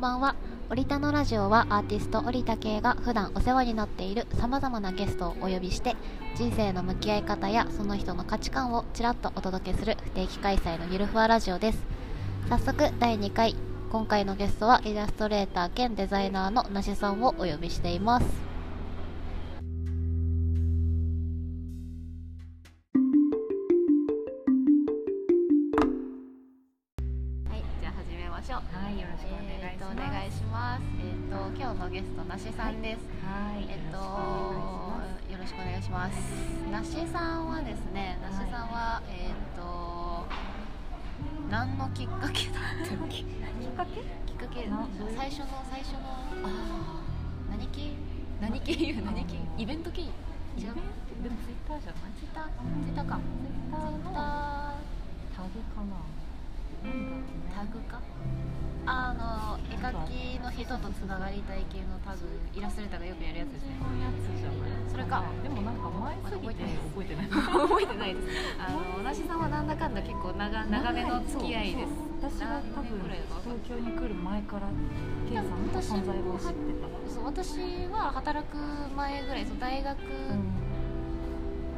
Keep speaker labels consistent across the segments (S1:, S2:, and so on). S1: ばんはオリタのラジオはアーティスト織田圭が普段お世話になっているさまざまなゲストをお呼びして人生の向き合い方やその人の価値観をちらっとお届けする不定期開催のゆるふわラジオです早速第2回今回のゲストはイラストレーター兼デザイナーのなしさんをお呼びしていますはいじゃあ始めましょう
S2: はい、よろしくお願い
S1: えー
S2: し
S1: と
S2: ま
S1: お願いしま
S2: す。
S1: す。えっ、と今日のゲストなしさんです。
S2: はい、
S1: えっ、と
S2: は
S1: よろしくお願いします。なしさんはですね、なしさんは、えっ、と何のきっかけだ
S2: い、 きっかけ？
S1: きっかけ
S2: などういう
S1: 最初の最初の
S2: あ
S1: 何系何系言う何系イベント系違う
S2: あ、
S1: ツイ
S2: イ
S1: ッ
S2: ベントでもツイッターじゃない？ツイ
S1: ターツイッターか
S2: ッタ
S1: ツイッタ
S2: ー
S1: ー
S2: のタグかな。なんだろうね。
S1: タグかあの絵描きの人とつながりたい系のタグイラストレーターがよくやるやつですね
S2: そういうやつじゃない。
S1: それか
S2: でもなんか前すぎて覚えてない。
S1: 覚えてないです。あの、おなしさんはなんだかんだ結構長、長めの付き合いです。
S2: す。私が多分東京に来る前からケイさんの存在を知って
S1: そう、私は働く前ぐらい、そう、大学、
S2: た。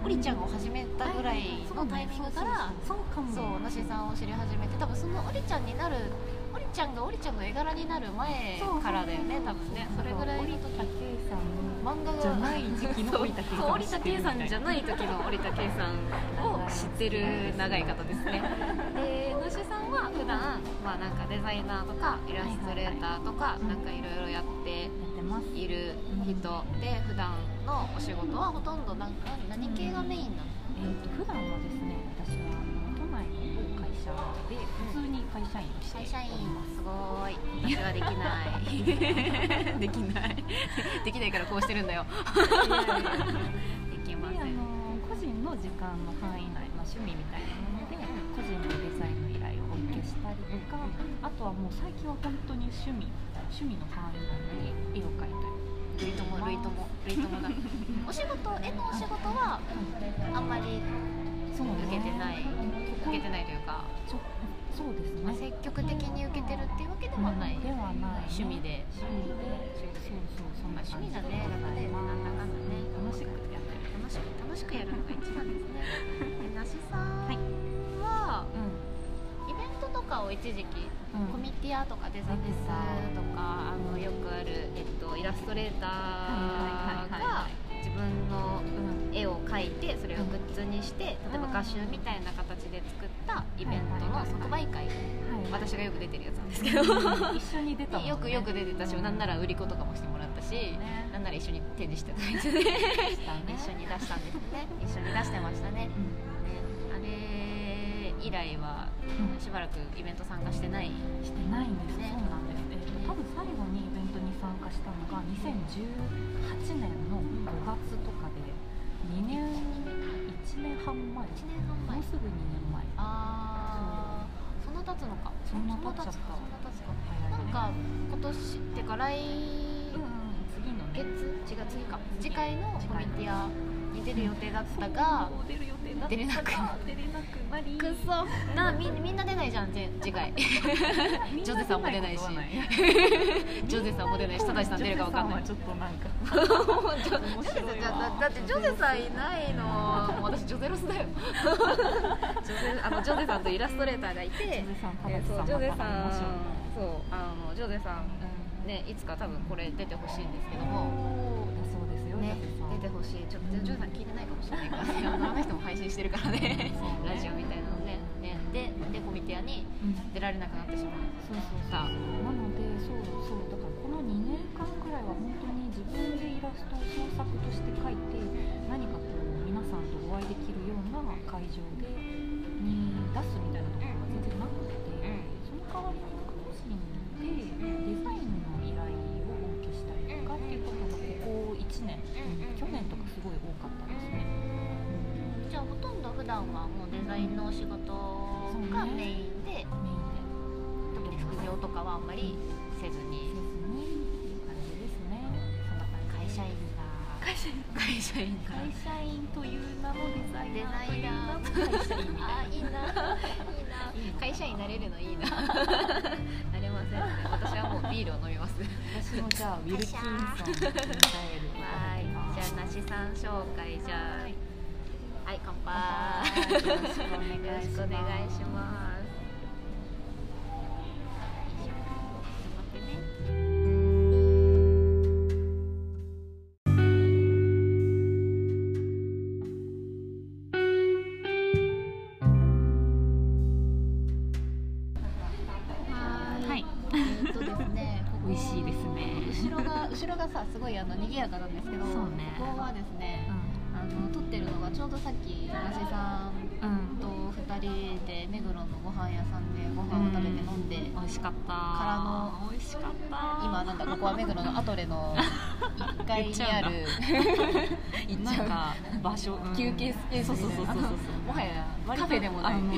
S1: おりちゃんを始めたぐらいのタイミングから。
S2: そうかも。
S1: そう、おなしさんを知り始めて、多分そのおりちゃんになる。おりちゃんがおりちゃんの絵柄になる前からだよね、多分ね、それぐらいの時。
S2: さん
S1: 漫画が
S2: じゃない時期の
S1: そう
S2: 織田圭さん
S1: そう織田圭さんじゃない時の織田圭さんを知ってる長い方ですねで野主さんは普段まあなんかデザイナーとかイラストレーターとかなんかいろいろやって
S2: やってます。
S1: いる人で普段のお仕事はほとんどなんか何系がメインなの
S2: えー、と普段はですね私は都内の某会社で普通に会社員をして
S1: 会社員
S2: おります
S1: すごい私はできない できないできないからこうしてるんだよできま
S2: で
S1: せ
S2: あ
S1: ん
S2: の個人の時間の範囲内、まあ、趣味みたいなもので個人のデザインの依頼をお受けしたりとかあとはもう最近は本当に趣味趣味の範囲内で絵を描いた
S1: 類
S2: り
S1: とも類とも類ともだお仕事絵のお仕事はあんまり
S2: そう
S1: 受けてない
S2: ここ
S1: 受けてないというか、
S2: そそうです
S1: まあ、
S2: ね
S1: 積極的に受けてるっていうわけではない、
S2: ではない
S1: 趣味で
S2: 趣味でそうそうそん
S1: ま
S2: な
S1: あ、趣味だ
S2: 感じ
S1: ねだってなんだかんだね
S2: 楽しくやってる
S1: 楽しく楽しくやるのが 一番ですねえなしさんは、イベントとかを一時期
S2: う
S1: コ
S2: ん
S1: ミティアとかデザフェスとかあのよくある、えっと、イラストレーター
S2: はいはい
S1: が
S2: はいは
S1: 自分の絵を描いてそれをグッズにして例えば
S2: うん
S1: 画集みたいな形で作ったイベントの即売会
S2: はい
S1: 私がよく出てるやつなんですけど
S2: うん一緒に出たもんね
S1: よくよく出てたしなんなら売り子とかもしてもらったし
S2: ね
S1: なんなら一緒に展示してたりしてね
S2: 一
S1: 一
S2: 緒
S1: 緒
S2: に
S1: に出したんですね 一緒に出してましたねねあれ以来はしばらくイベント参加してない
S2: してないんです
S1: ね
S2: そうなんですえっと多分最後にイベントに参加したのが2018年の5月とかで2年1年半前
S1: 1年半前
S2: もうすぐ2年前
S1: あーそんな経つのか
S2: そんな経っちゃっ
S1: そんな経
S2: た
S1: つかそんな経つかな
S2: 早
S1: いん
S2: ね
S1: か今年ってか来
S2: うんうん次の
S1: 月
S2: ね
S1: 違う次か次回のコミティアに出る予定だったが
S2: そう出る予定だったが
S1: 出れなく
S2: 出れなくなり
S1: くそなみみんな出ないじゃんぜ次回ジョゼさんも出ないしジョゼさんも出ないし正さん出るかわかんない
S2: ジョゼさんはちょっとなんか
S1: ジョゼさんじゃだだってジョゼさんいないのもう私 ジョゼロスだよジョゼあのジョゼさんとイラストレーターがい
S2: ジ
S1: て
S2: ョゼさん
S1: え
S2: 田
S1: そ
S2: 中
S1: うジ
S2: さ
S1: ョ
S2: ん
S1: ゼさん
S2: また面白い
S1: そうあのジョゼさんね、いつか多分これ出てほしいんですけども、
S2: だそうですよ、
S1: ね
S2: ジョゼさん、
S1: 出てほしいちょっとジョーさん聞いてないかもしれないからねあの人も配信してるからね
S2: そう
S1: ラ
S2: ね
S1: ジオみたいなのねねででコミティアに
S2: うん
S1: 出られなくなってしまっ
S2: そうそうそう
S1: た
S2: なのでそうそうだからこの2年間くらいは本当に自分でイラストを創作として描いて何かこう皆さんとお会いできるような会場でに出すみたいなところが全然なくて、その代わりに個人でデザインの依頼をお受けしたりとかっていうことがここ1年、
S1: うん
S2: 去年とかすごい多かったですね、
S1: じゃあほとんど普段はもうデザインのお仕事がメインで
S2: メインで。
S1: 特に副業とかはあんまりせず
S2: せずにっていう感じですね。そんな感じ。
S1: に会社員だ
S2: 会社員。
S1: 会社員が
S2: 会社員という名もデザイナーという名も会社員み
S1: あ
S2: たいな
S1: ーいいないいな会社員になれるのいいななれませんね私はもうビールを飲みます
S2: 私もじゃあウィルキンソンにダイエルいただきます
S1: じゃあ梨さん紹介じゃ
S2: はい
S1: あはい乾
S2: 乾
S1: 杯
S2: 杯よろしくお願いします
S1: よろしくお願いしますよいしょちょっと待ってね
S2: は
S1: はいえーっとですね、ここ
S2: 美味しいですね
S1: 後ろが後ろがさすごいあの賑やかなんですけど、
S2: そうね
S1: ここはですね、
S2: う
S1: あの撮ってるのがちょうどさっき梨さん
S2: ん、うん、
S1: と二人で目黒のご飯屋さんでご飯を食べて飲んで、
S2: 美味しかった
S1: らの
S2: 美味しかった
S1: 今なんかここは目黒のアトレの1階 にある
S2: 行っちゃうか場所、うん
S1: 休憩スペース
S2: そう
S1: みたい
S2: そうそ
S1: な
S2: うそうそう
S1: もはやカフェでもない
S2: あの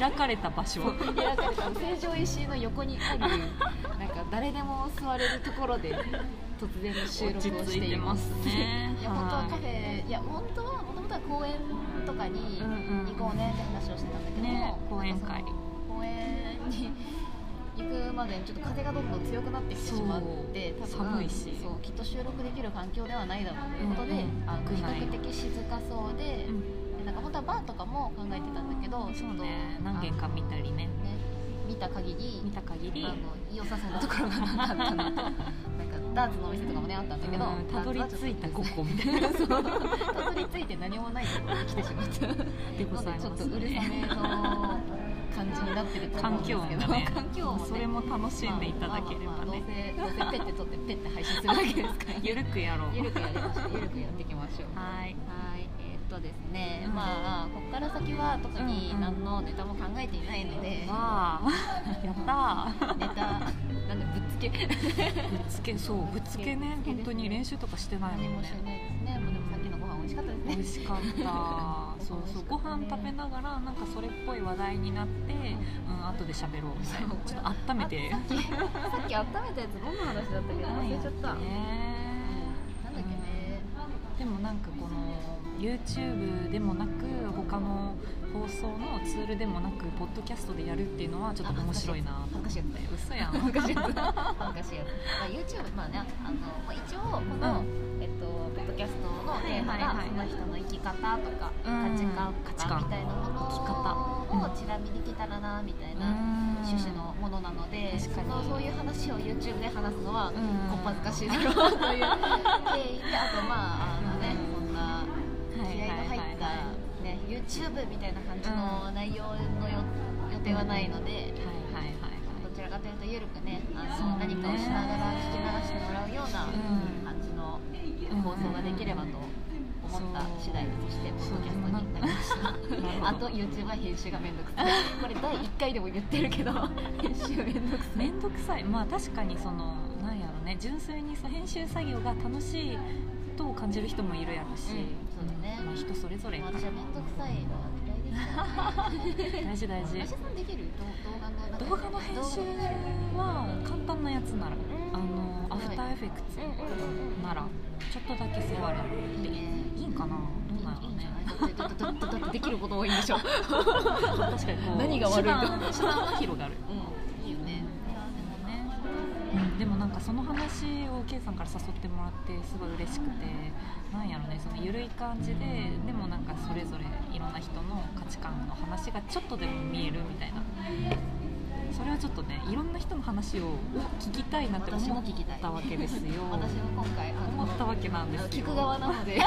S2: 開かれた場所
S1: 開かれた成城石井の横にあるなんか誰でも座れるところで突然の収
S2: 落ち
S1: 録を
S2: 着
S1: し
S2: い
S1: て
S2: て
S1: い
S2: ま
S1: ます
S2: すね
S1: いや本当はカフ
S2: は
S1: ェいや本当はもともとは公園とかに
S2: いうんうん
S1: 行こうねって話をしてたんだけども、
S2: ね講演
S1: なん
S2: 会
S1: かその公園に行くまでにちょっと風がどんどん強くなってきてしまって
S2: そう
S1: 多分
S2: 寒いし
S1: そうきっと収録できる環境ではないだろうということで、
S2: うんうん
S1: あの
S2: ない
S1: 比較的静かそうで,、
S2: うん
S1: でなんか本当はバーとかも考えてたんだけどちょ
S2: そ
S1: っ
S2: う
S1: と
S2: ね何軒か見たりね
S1: あのね見た限り
S2: 見た限り
S1: あの良さそうなところがなかっ たなとなんかダーツのお店とかもねあったんだけど
S2: うんたどり着いた
S1: こ
S2: 5個みた いな
S1: そうたどり着いて何もないところに来てしまったので
S2: でござい
S1: ちょっ
S2: ま
S1: と
S2: す
S1: うるさ
S2: ね
S1: めの感じになってると思うん
S2: 環
S1: ですけ
S2: 境
S1: ど
S2: 音がね
S1: 環境音
S2: それも楽しんでいただければ
S1: まあまあまあ
S2: ね
S1: どうせどうせペッて取ってペッて配信するわけですから
S2: ゆるくやろう
S1: ゆるくやりましょうゆるくやっていきましょう
S2: はい
S1: はいえーっとですね、
S2: うん
S1: まあここから先は特に何のネタも考えていないので、
S2: わあやったー
S1: ネタなんでぶっつけ
S2: ぶっつけそうぶっつけね本当に練習とかしてない
S1: 何
S2: もん
S1: もして
S2: ね
S1: ないですねもうでもさっきのご飯美味しかったです
S2: 美
S1: ね
S2: 味しかったそうそうご飯食べながらなんかそれっぽい話題になってうん後で喋ろうみたいなちょっと温めて
S1: さっきさっき温めたやつ飲む話だったけど忘れちゃった、
S2: ね
S1: なんだっけね、
S2: でもなんかこの YouTube でもなく他の放送のツールでもなくポッドキャストでやるっていうのはちょっと面白いな
S1: 恥ずかしいやつだよ
S2: 嘘やん
S1: 恥ずかしいやつ恥ずかしいやつ、まあ、YouTube まあねあの、まあ、一応この、
S2: う
S1: えっと、ポッドキャストのテーマ
S2: はい
S1: が
S2: はいはい
S1: その人の生き方とか
S2: うん
S1: 価値観
S2: 価
S1: と
S2: 値
S1: か
S2: 観
S1: みたいなもの
S2: 生き方
S1: をちなみに聞けたらなみたいな
S2: うん
S1: 趣旨のものなので
S2: 確かに
S1: そのそういう話を YouTube で話すのは
S2: うん
S1: こっぱずかしいだろうという経緯であとまああのね
S2: う
S1: そ
S2: ん
S1: んな
S2: はい
S1: 気合の入
S2: は
S1: っ
S2: い
S1: た
S2: はいは、
S1: ね、YouTube みたいな感じの内容のよ予定はないので。
S2: はいはいはい
S1: どちらかというとゆるくねあ
S2: そう
S1: の
S2: ね
S1: 何かをしながら聞き流してもらうような
S2: うん
S1: 感じの
S2: うん
S1: 放送ができればと思った次第としてポッドキャストになりました
S2: なるほど
S1: あと YouTube は編集がめんどくさいこれ第1回でも言ってるけど編集めんどくさい
S2: 面倒くさいまあ確かにそのなんやろね純粋にそう編集作業が楽しいと感じる人もいるやろし、
S1: うんそうだね
S2: まあ、人それぞれ
S1: 私はめんどくさいのは嫌いですからね
S2: 大事大事
S1: 林さんできる動動画のなんか
S2: 動画の編集
S1: 動画の編
S2: は簡単なやつなら
S1: ん
S2: あのア
S1: はい
S2: フターエフェクツ
S1: 集うんうんうん
S2: ならちょっとだけ触れる
S1: いいね
S2: いいんかなどうなんやろ
S1: いいんじゃ
S2: ね
S1: ないだってだってだってだってできること多いんでしょ
S2: 確かにこう
S1: 何が悪い
S2: 手
S1: か
S2: 段手段は広がる
S1: うんいいよね
S2: ねでもなんかその話を K さんから誘ってもらってすごい嬉しくてなんやろねその緩い感じででもなんかそれぞれいろんな人の価値観の話がちょっとでも見えるみたいなそれはちょっとねいろんな人の話を聞きたいなって
S1: 私
S2: 思
S1: も
S2: っ
S1: 聞きたい
S2: たわけですよ
S1: 私も今回あの
S2: 思ったわけなんですよ
S1: 聞く側 なので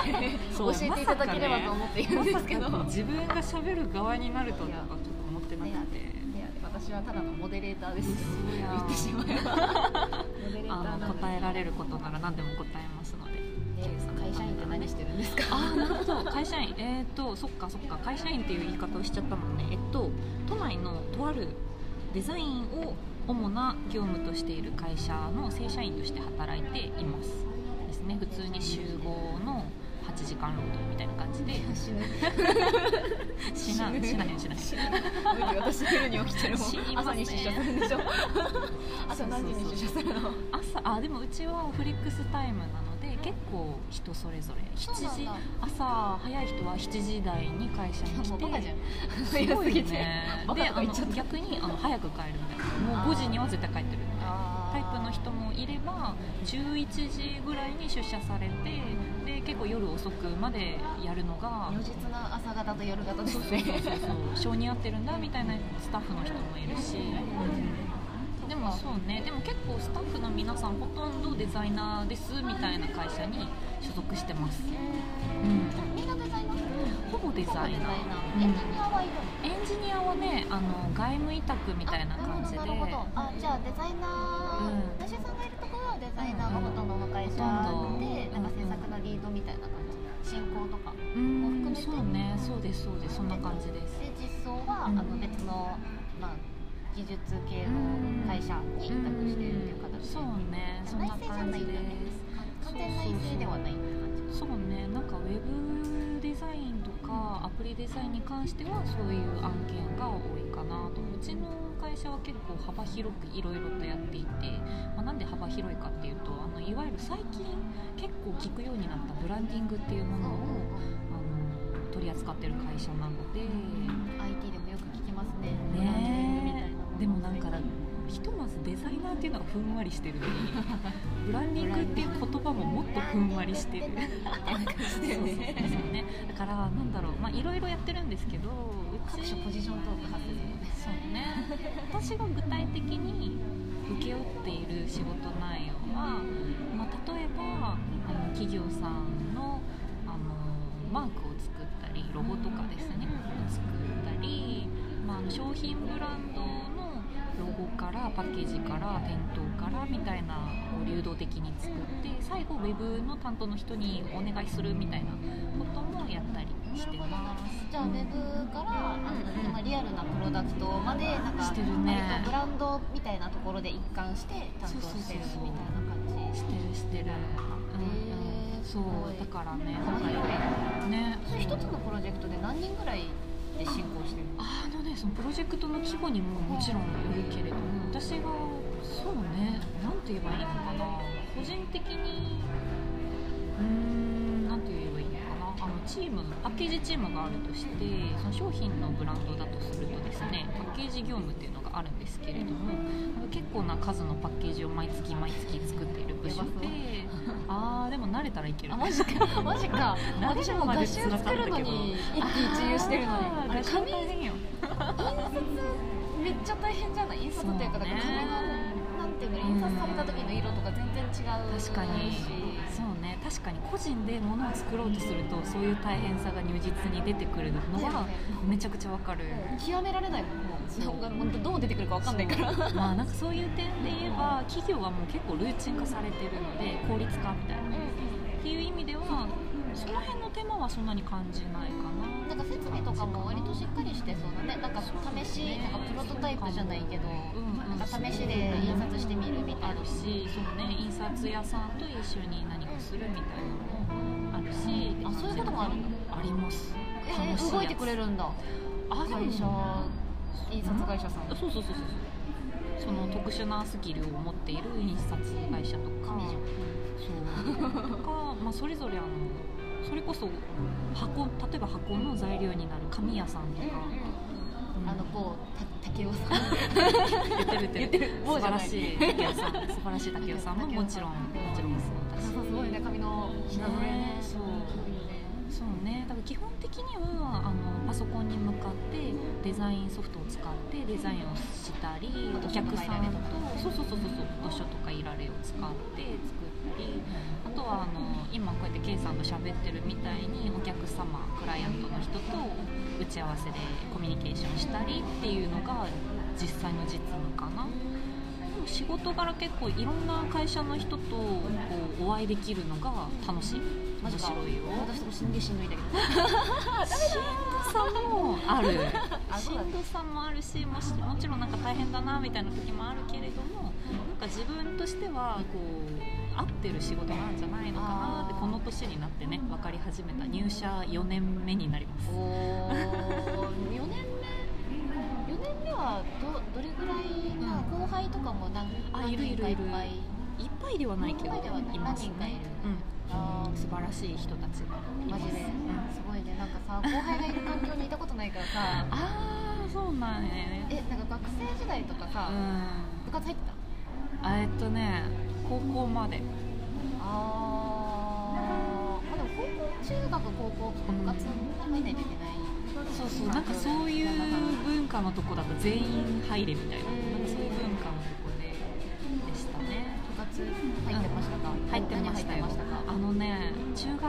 S2: そう
S1: 教えていただければと思っているんですけど、
S2: まさか自分が喋る側になるとなんかちょっと思ってなくて
S1: ね私はただのモデレーターです
S2: 嘘やん
S1: 言ってしまえばモデレーター
S2: あ
S1: な
S2: の
S1: ので
S2: 答え られることなら何でも答えますので
S1: ね会社員って何してるんですか
S2: ああなるほど 会社員えっ、とそっかそっか会社員っていう言い方をしちゃったもんねえっと都内のとあるデザインを主な業務としている会社の正社員として働いていますですね普通に集合の8時間労働みたいな感 じで
S1: 死ぬ
S2: しなしないしない
S1: 死ぬ無理私昼に起きてるもん
S2: 死
S1: 朝
S2: にます
S1: に
S2: ね
S1: 出社するんでしょ朝何時に
S2: そうそうそう
S1: 出社するの
S2: 朝あでもうちはフレックスタイムなので結構人それぞれ7
S1: そうなん
S2: 時
S1: だ
S2: 朝早い人は7時台に会社に来て
S1: もうバカじゃん
S2: すごいね
S1: バカ
S2: で
S1: と
S2: あ
S1: か言
S2: の
S1: っちゃった
S2: 逆にあの早く帰るみたいなもう5時には絶対帰ってるみたいなタイプの人もいれば11時ぐらいに出社されてで結構夜遅くまでやるのが
S1: 如実な朝方と夜方ですね
S2: そう性に合ってるんだみたいなスタッフの人もいるし、でもそうねでも結構スタッフの皆さんほとんどデザイナーですみたいな会社に所属してます、うん、
S1: みんなデザイナー
S2: ほぼデザイナー
S1: エンジニアはいるの
S2: エンジニアはねあの外務委託みたいな感じで
S1: あなるほどなるほどあじゃあデザイナー、
S2: うん
S1: 私さんがいるところはデザイナーがほとんどの会社で、
S2: ほとんど
S1: なんか制作のリードみたいな感じ進行とかで
S2: うんそうねそうですそうですそんな感じです
S1: 実装は、
S2: うん
S1: あの別の、まあ、技術系の会社に委託してるっていう形
S2: そうねそん
S1: 内
S2: な
S1: 製じゃ
S2: 感
S1: ない
S2: じ
S1: んだ
S2: で
S1: ね完全内製ではないって感じ
S2: そうねなんかウェブデザインとかアプリデザインに関してはそういう案件が多いかなとうちの会社は結構幅広くいろいろとやっていて、まあ、なんで幅広いかっていうとあのいわゆる最近結構聞くようになったブランディングっていうものをあの取り扱ってる会社なので。
S1: IT でもよく聞きますね
S2: ね
S1: ブランディングみたいなもの
S2: でもなん かひとまずデザイナーっていうのがふんわりしてる のにブランディングっていう言葉ももっとふんわりしてる
S1: ブランディングってなんだみたいな感
S2: そう
S1: じだよ
S2: そうそう
S1: ね
S2: ねだからなんだろうまあいろいろやってるんですけどう
S1: 各
S2: ち
S1: 種ポジショントーク発生するね
S2: そうね 私が具体的に請け負っている仕事内容は、まあ、例えばあの企業さんのあのマークを作ったりロゴとかですね作ったり、まあ、あの商品ブランドのロゴからパッケージから店頭からみたいなこう流動的に作って最後ウェブの担当の人にお願いするみたいなこともやったりしてます。
S1: じゃあウェブから、まあ、リアルなプロダクトまでなんか
S2: してるね
S1: 割とブランドみたいなところで一貫して担当してるみたいな感じ
S2: してるしてる、
S1: へー
S2: そう
S1: すごい
S2: だからね
S1: 面白い
S2: ね
S1: それ一つのプロジェクトで何人ぐらいで進行してるの
S2: あのねそのプロジェクトの規模にももちろんよるけれども私がそうねなんて言えばいいのかな個人的にうーんなんて言えばいいのかなあのチームパッケージチームがあるとしてその商品のブランドだとするとですねパッケージ業務っていうのがあるんですけれども結構な数のパッケージを毎月毎月作っている部署
S1: やばそう
S2: であーでも慣れたらいける
S1: あマジかマジか
S2: 何
S1: 私も
S2: ま
S1: 画
S2: で
S1: 集
S2: 繋がった
S1: 作
S2: けど
S1: るのに一喜一憂してるのに
S2: あー
S1: あれ
S2: 画集
S1: 紙
S2: 大変よ
S1: めっちゃ大変じゃない印刷っていうかだから紙のなんていうの印刷された時の色とか全然違うし
S2: 確かにそうね確かに個人で物を作ろうとするとそういう大変さが如実に出てくるの
S1: だよ
S2: は
S1: ね
S2: めちゃくちゃわかる
S1: 極められないもんもう
S2: そう
S1: なんか本当どう出てくるかわかんないから
S2: そうまあなんかそういう点で言えば企業はもう結構ルーチン化されてるので効率化みたいなっていう意味ではその辺の手間はそんなに感じないか
S1: な
S2: な
S1: んか設備とかも割としっかりしてそうだねなんか試しなんかプロトタイプじゃないけど
S2: うん
S1: なんか試しで印刷してみるみた
S2: あ
S1: いな
S2: るしそうね印刷屋さんと一緒に何かするみたいなのもあるし
S1: あそういうこともあるんだ
S2: あります
S1: えー動いてくれるんだ
S2: あでも
S1: 会社印刷会社さん
S2: そうそうそうそうそうその特殊なスキルを持っている印刷会社とか
S1: 神じゃん
S2: そうとか、 まあ、それぞれあのそれこそ箱例えば箱の材料になる紙屋さんとか、うん
S1: あのこうた竹雄さん
S2: 言ってる言ってる
S1: 棒じ
S2: 素
S1: ゃ
S2: 晴
S1: な
S2: ら
S1: い
S2: しい竹雄さ ん素晴らしい竹雄さんももちろんもちろんそうだし
S1: すごいね髪の品揃え
S2: ねそうそうね、だから基本的にはあのパソコンに向かってデザインソフトを使ってデザインをしたり
S1: フ
S2: お
S1: ォトショッ
S2: 客
S1: プとか
S2: さ
S1: いら
S2: ん
S1: れ
S2: と
S1: とか
S2: そうそうそうそうそうフォトショーとかいられを使って作ったりあとはあの今こうやって K さんと喋ってるみたいにお客様クライアントの人と打ち合わせでコミュニケーションしたりっていうのが実際の実務かな。でも仕事柄結構いろんな会社の人とこうお会いできるのが楽しい
S1: マ
S2: 面
S1: ジか
S2: 白いよ
S1: 私とも死んでしんどいんだけど
S2: さもある
S1: あ
S2: し
S1: そうんなんだ
S2: どさもあるしもしもちろんなんか大変だなみたいな時もあるけれどもなんか自分としてはこう合ってる仕事なんじゃないのかなって
S1: あー
S2: この年になってね分かり始めた入社4年目になります
S1: おお4年目4年目はどどれぐらい、まあ、後輩とかも何
S2: あ
S1: 何
S2: いるい
S1: 人
S2: る
S1: かいっ
S2: いる
S1: ぱい
S2: いっぱいではないけど
S1: いっぱいではない
S2: ます
S1: 何人かいる
S2: うん
S1: な
S2: 素晴らしい人たちが
S1: マジで、
S2: うん
S1: すごいねなんかさ後輩がいる環境にいたことないからさ
S2: ああそうなんやね
S1: えなんか学生時代とかさ、
S2: うん
S1: 部活入ってた
S2: あえっとね高校まで
S1: あーまあでも高校中学高校とか部活入んないといけない、
S2: そうそうなんかそういう文化のとこだった全員入れみたいななんかそういう文化のとこででしたね
S1: 部活入ってましたか、
S2: 入ってました
S1: 何入って
S2: よ
S1: ましたか
S2: あのね中学校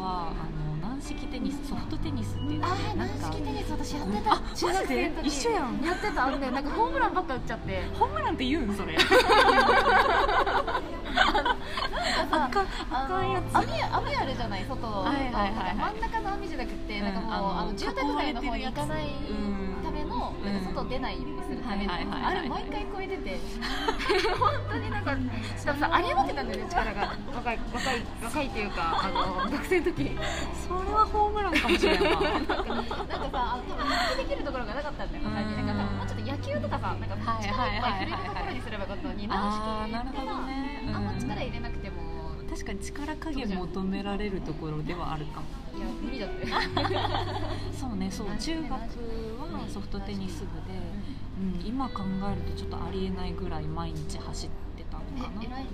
S2: はあの軟式テニスソフトテニスって言って
S1: あー
S2: な
S1: 軟
S2: んか
S1: 式テニス私やって
S2: あ
S1: た
S2: マジ
S1: 中
S2: で
S1: 学生の時
S2: 一緒やん
S1: やってたあのねなんかホームランばっか打っちゃって
S2: ホームランって言うんそれ
S1: なん
S2: あ
S1: か
S2: か
S1: さ
S2: んあかんやつ
S1: あの網網あるじゃない外の、
S2: はいはいはいはい
S1: 真ん中の網じゃなくてなんかもう、
S2: うんあの
S1: あの住宅街の方に行かないための、
S2: うん
S1: なんか外出ないようにするための、
S2: はいはいはいはい
S1: あれ毎回超えてて 本当になんかしかもさあり余ってたんだよね力が若い若い若いっていうかあの学生の時
S2: それはホームランか もしれんわ
S1: なんかさ、あの多分発揮できるところがなかったんだよ、
S2: うん
S1: 他になんか多分もうちょっと野球とかさ、なんか力いっぱい振れるところにすればよかったのに、軟
S2: あーなる
S1: 式
S2: ほ
S1: って
S2: ど
S1: さ、
S2: ね、
S1: あんま力
S2: うん
S1: 入れなくても、
S2: 確かに力加減求められるところではあるかも
S1: いや、無理だって。
S2: そうねそう
S1: 軟式
S2: 中学
S1: 軟式
S2: はソフトテニス部で、うん、今考えるとちょっとありえないぐらい毎日走ってたのかな
S1: え、偉いな。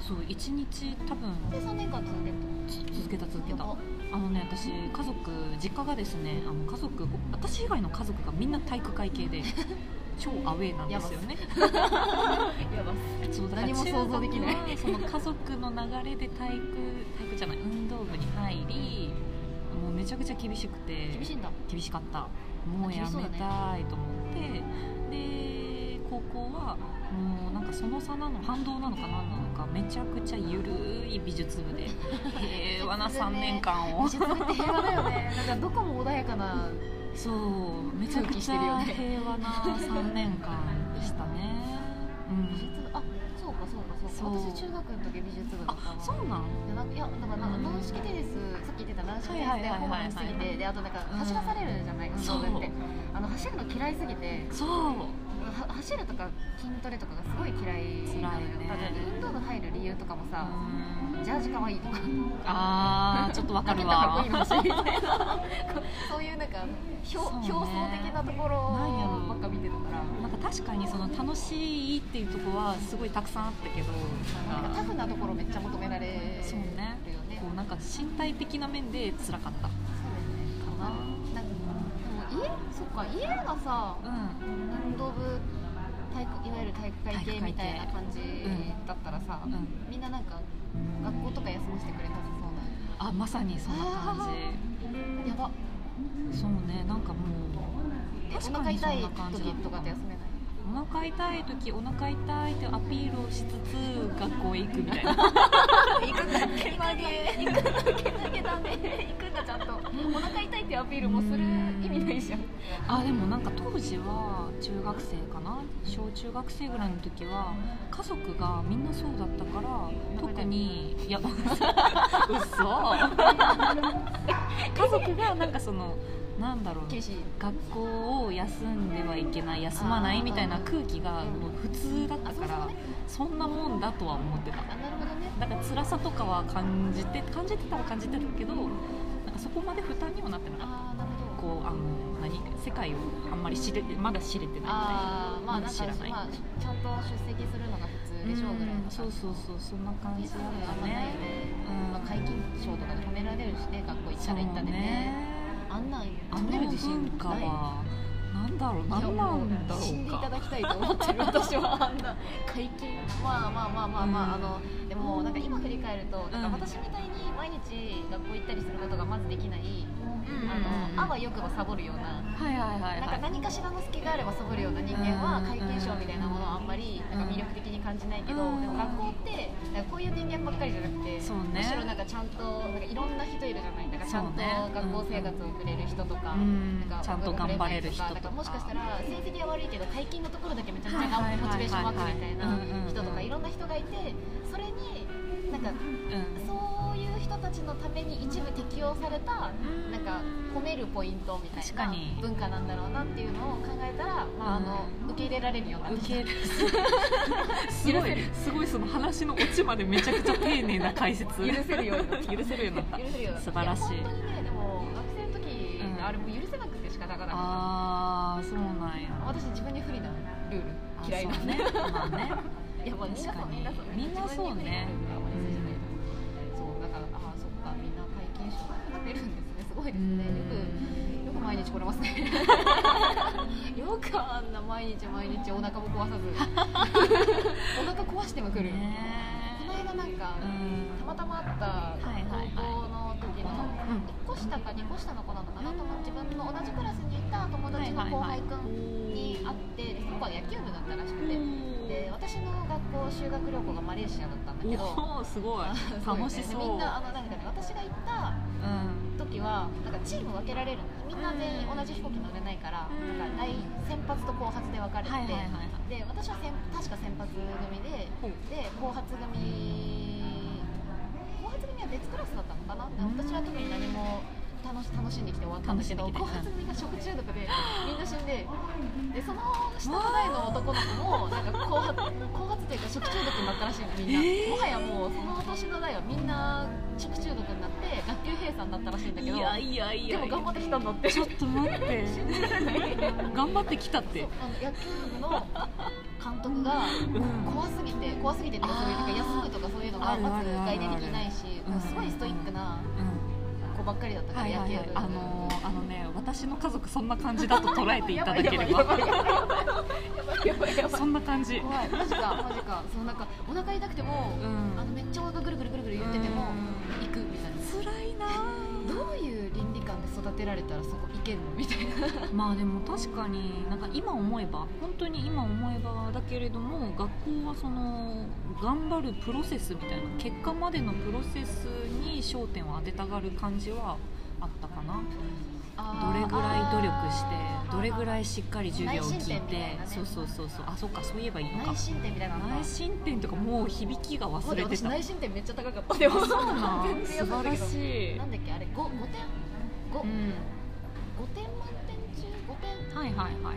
S2: そう1日多分
S1: で、3年間続けて
S2: 続けた続け
S1: た
S2: た
S1: の。
S2: あのね私家族実家がですねあの家族私以外の家族がみんな体育会 系で超アウェーなんですよね
S1: やば
S2: そうだから
S1: 何も想像できない
S2: 中学はその家族の流れで体育体育じゃない運動部に入りもうめちゃくちゃ厳しくて
S1: 厳しいんだ。
S2: 厳しかったもうやめたいと思って、で高校はもうなんかその差なの反動なのか何なのかめちゃくちゃゆるい美術 部で平和な3年間を
S1: 実って平和だよね。なんかどこも穏やかな。
S2: そうめちゃくちゃ平和な3年間でしたね、う
S1: 美術
S2: ん、
S1: 部あ、そうかそうかそ
S2: そうう
S1: か。私中学の時美術部だった
S2: あ
S1: わ。
S2: そうなん
S1: いやなんかいやだからなんか軟式テニスさっき言ってた軟式テニス
S2: はい
S1: で
S2: はいはいはいは
S1: ホームラ
S2: い
S1: ンしすぎてであとなんか走らされるじゃない運動部ってあの走るの嫌いすぎて
S2: そう
S1: は走るとか筋トレとかがすごい嫌いなのよ
S2: 辛いね
S1: だって運動部入る理由とかもさ
S2: うん
S1: ジャージ可愛いとか
S2: あーちょっとわかる
S1: かっ
S2: わ
S1: こいいのしみたいなそういうなんか表
S2: そう
S1: 表
S2: ね
S1: 層的なところ
S2: なんやろ
S1: ばっか見てたから
S2: なんか確かにその楽しいっていうとこはすごいたくさんあったけど
S1: なん
S2: なん
S1: か
S2: か
S1: タフなところめっちゃ求められるよね
S2: そうねこうなんか身体的な面で辛かった
S1: そうだよねなんかでも家そっか家がさ
S2: う
S1: 運動部体育いわゆる体育会系みたいな感じだったらさ、
S2: ん、うん、
S1: みんななんか学校とか休ませてくれたさそう
S2: あまさにそんな感
S1: なやば
S2: じそうねなんかもう
S1: えお
S2: 確か
S1: 腹
S2: にそ
S1: 痛
S2: ん
S1: い
S2: な感じだ
S1: 時とかって休めない
S2: お腹痛い時お腹痛いってアピールをしつつ学校へ行くみたいな
S1: 行くんだけまで行くんだけだけだね行くんだちゃんとお腹痛いってアピールもする意味ないじゃん
S2: あでもなんか当時は中学生かな小中学生ぐらいの時は家族がみんなそうだったから特にいや 嘘家族がなんかそのなんだろう
S1: 厳しい
S2: 学校を休んではいけない休まな
S1: あ
S2: い
S1: ー
S2: みたいな空気がもう普通だった
S1: あそう
S2: か
S1: だ
S2: ら
S1: ね
S2: そんなもんだとは思ってた
S1: あなるほどね
S2: なんか辛さとかは感じて感じてたら感じてたけどなんかそこまで負担にはなってなかっ
S1: ああなる
S2: た
S1: ほど
S2: こうあの何世界をあんまり知れてまだ知れてないみたいな
S1: ああまあなんか、
S2: 知らない
S1: まあ、ちゃんと出席するのが普通でしょうぐらいの
S2: うんそうそうそうそんな感じだ
S1: そ
S2: っ
S1: うだよ
S2: た
S1: ね
S2: ね、
S1: まあ、皆勤賞とかで褒められるしね学校行ったら行ったでねあんなん
S2: あ
S1: 取れる
S2: の
S1: 自信な
S2: 文
S1: い
S2: 化はなんだろう何
S1: いやもう
S2: なんだろ
S1: 死ん
S2: う
S1: でいた
S2: か
S1: だきたいと思ってる私はあんな解禁まあまあまあまあまあ、
S2: うん
S1: あのでもなんか今振り返るとなん
S2: うん
S1: か私みたいに毎日学校行ったりすることがまずできない、
S2: うん
S1: あのあわよくばサボるような。
S2: はいはいはい
S1: なんか
S2: はい
S1: 何かしらの隙があればサボるような人間は
S2: うん
S1: 皆勤賞みたいなものはあんまりなんか魅力的に感じないけど
S2: うん
S1: でも学校ってなんかこういう人間ばっかりじゃなくて
S2: そう
S1: む
S2: ね
S1: しろなんかちゃんとなんかいろんな人いるじゃないなんかちゃん
S2: そう
S1: と
S2: ね
S1: 学校生活を送れる人とか、
S2: うん
S1: なんか
S2: ちゃんと頑張れる人と
S1: なん
S2: か
S1: かもしかしたら成績は悪いけど解禁のところだけめちゃめちゃ
S2: はいはいはいはい
S1: モチベーション湧くみたいな
S2: うんうんうん
S1: 人とかいろんな人がいてそれになんか
S2: うん
S1: そういいう人たちのために一部適用されたなんか褒めるポイントみたい
S2: 確か
S1: な
S2: に
S1: 文化なんだろうなっていうのを考えたら、まあ、あの受け入れられるようになって
S2: 受
S1: きた
S2: け入れすごいすごいその話のオチまでめちゃくちゃ丁寧な解説
S1: 許せるようになった
S2: 許せるようになった
S1: 許せるようになった
S2: 素晴らしい
S1: や本当にねでも学生の時、
S2: うん
S1: あれもう許せなくて仕方がなかった
S2: ああそうなんや
S1: 私自分に不利なルール
S2: あ
S1: 嫌いな
S2: そうん
S1: で
S2: ねまあね
S1: いやまあみんな
S2: 確
S1: そ
S2: か
S1: う
S2: に
S1: みんなそう
S2: みんなそう
S1: 自分に不
S2: ね
S1: 利なルールがあまり好きじゃないですそうだからああそっかみんな体験者が増えるんですねすごいですねよくよく毎日来れますねよくあんな毎日毎日お腹も壊さずお腹壊しても来る、
S2: ね
S1: この間なんか、
S2: うん
S1: たまたまあった
S2: はいはいはい
S1: 高校の時の1
S2: うん
S1: 個下か2個下の子なのかな、
S2: うん
S1: とも自分の同じクラスにいた友達の後輩くんに会って、でその子は野球部だったらしくて、で私の学校修学旅行がマレーシアだったんだけど
S2: おおすごい楽し
S1: で
S2: そう
S1: みんなあのなんかね私が行った
S2: うん
S1: 時はなんかチーム分けられるのみんな全員同じ飛行機乗れないから、
S2: うん
S1: なんか来先発と後発で分かれてて、
S2: はいはいはいはい
S1: で私は先確か先発組で
S2: ほう
S1: で後発組後発組は別クラスだったのかな、
S2: ん
S1: 私は特に何も楽し楽しんできて終わったんだけど
S2: 楽しんできて
S1: 後発組が食中毒でみんな死んででその下の代の男の子もなんか後発後発というか食中毒になったらしいのみんな、
S2: えー
S1: もはやもうその年の代はみんな食中毒になって学級閉鎖になったらしいんだけど
S2: いやいやい
S1: で
S2: や
S1: も頑張ってきたんだって
S2: ちょっと待って
S1: 信じられない
S2: 頑張ってきたって
S1: そうあの野球部の監督が怖すぎて怖すぎてっていうかそういうなんか休むとかそういうの
S2: あ
S1: が
S2: る
S1: ま
S2: あ
S1: ず
S2: るある
S1: 概念的にないし
S2: うん
S1: すごいストイックな
S2: うん
S1: 子ばっかりだったか
S2: は
S1: ら
S2: い
S1: 野
S2: はい
S1: 球
S2: はい
S1: 部
S2: あのーあのね私の家族そんな感じだと捉えていただけれ
S1: やばい
S2: ば
S1: やばいやばいやばいやばいやばいやばいやばい
S2: そんな感じ
S1: 怖いマジかマジかそうなんかお腹痛くても
S2: うん
S1: あのめっちゃお腹ぐるぐるぐるぐる言ってても行くみたいな
S2: 辛いなー
S1: どういう倫理観で育てられたらそこ行けんのみたいな
S2: まあでも確かになんか今思えば本当に今思えばだけれども学校はその頑張るプロセスみたいな結果までのプロセスに焦点を当てたがる感じはあったかなどれぐらい努力してどれぐらいしっかり授業を聞い
S1: 内申点み
S2: て
S1: たいなね
S2: そうそうそうそうあそっかそういえばいいのか
S1: 内申点みたいなのが
S2: 内申点とかもう響きが忘れて
S1: 私
S2: た
S1: 内申点めっちゃ高かったでも
S2: そうなん
S1: 全然
S2: 素晴らしい
S1: なんだっけあれ 5, 5点 5,
S2: う
S1: 5
S2: ん
S1: 点満点中5点
S2: はいはいはい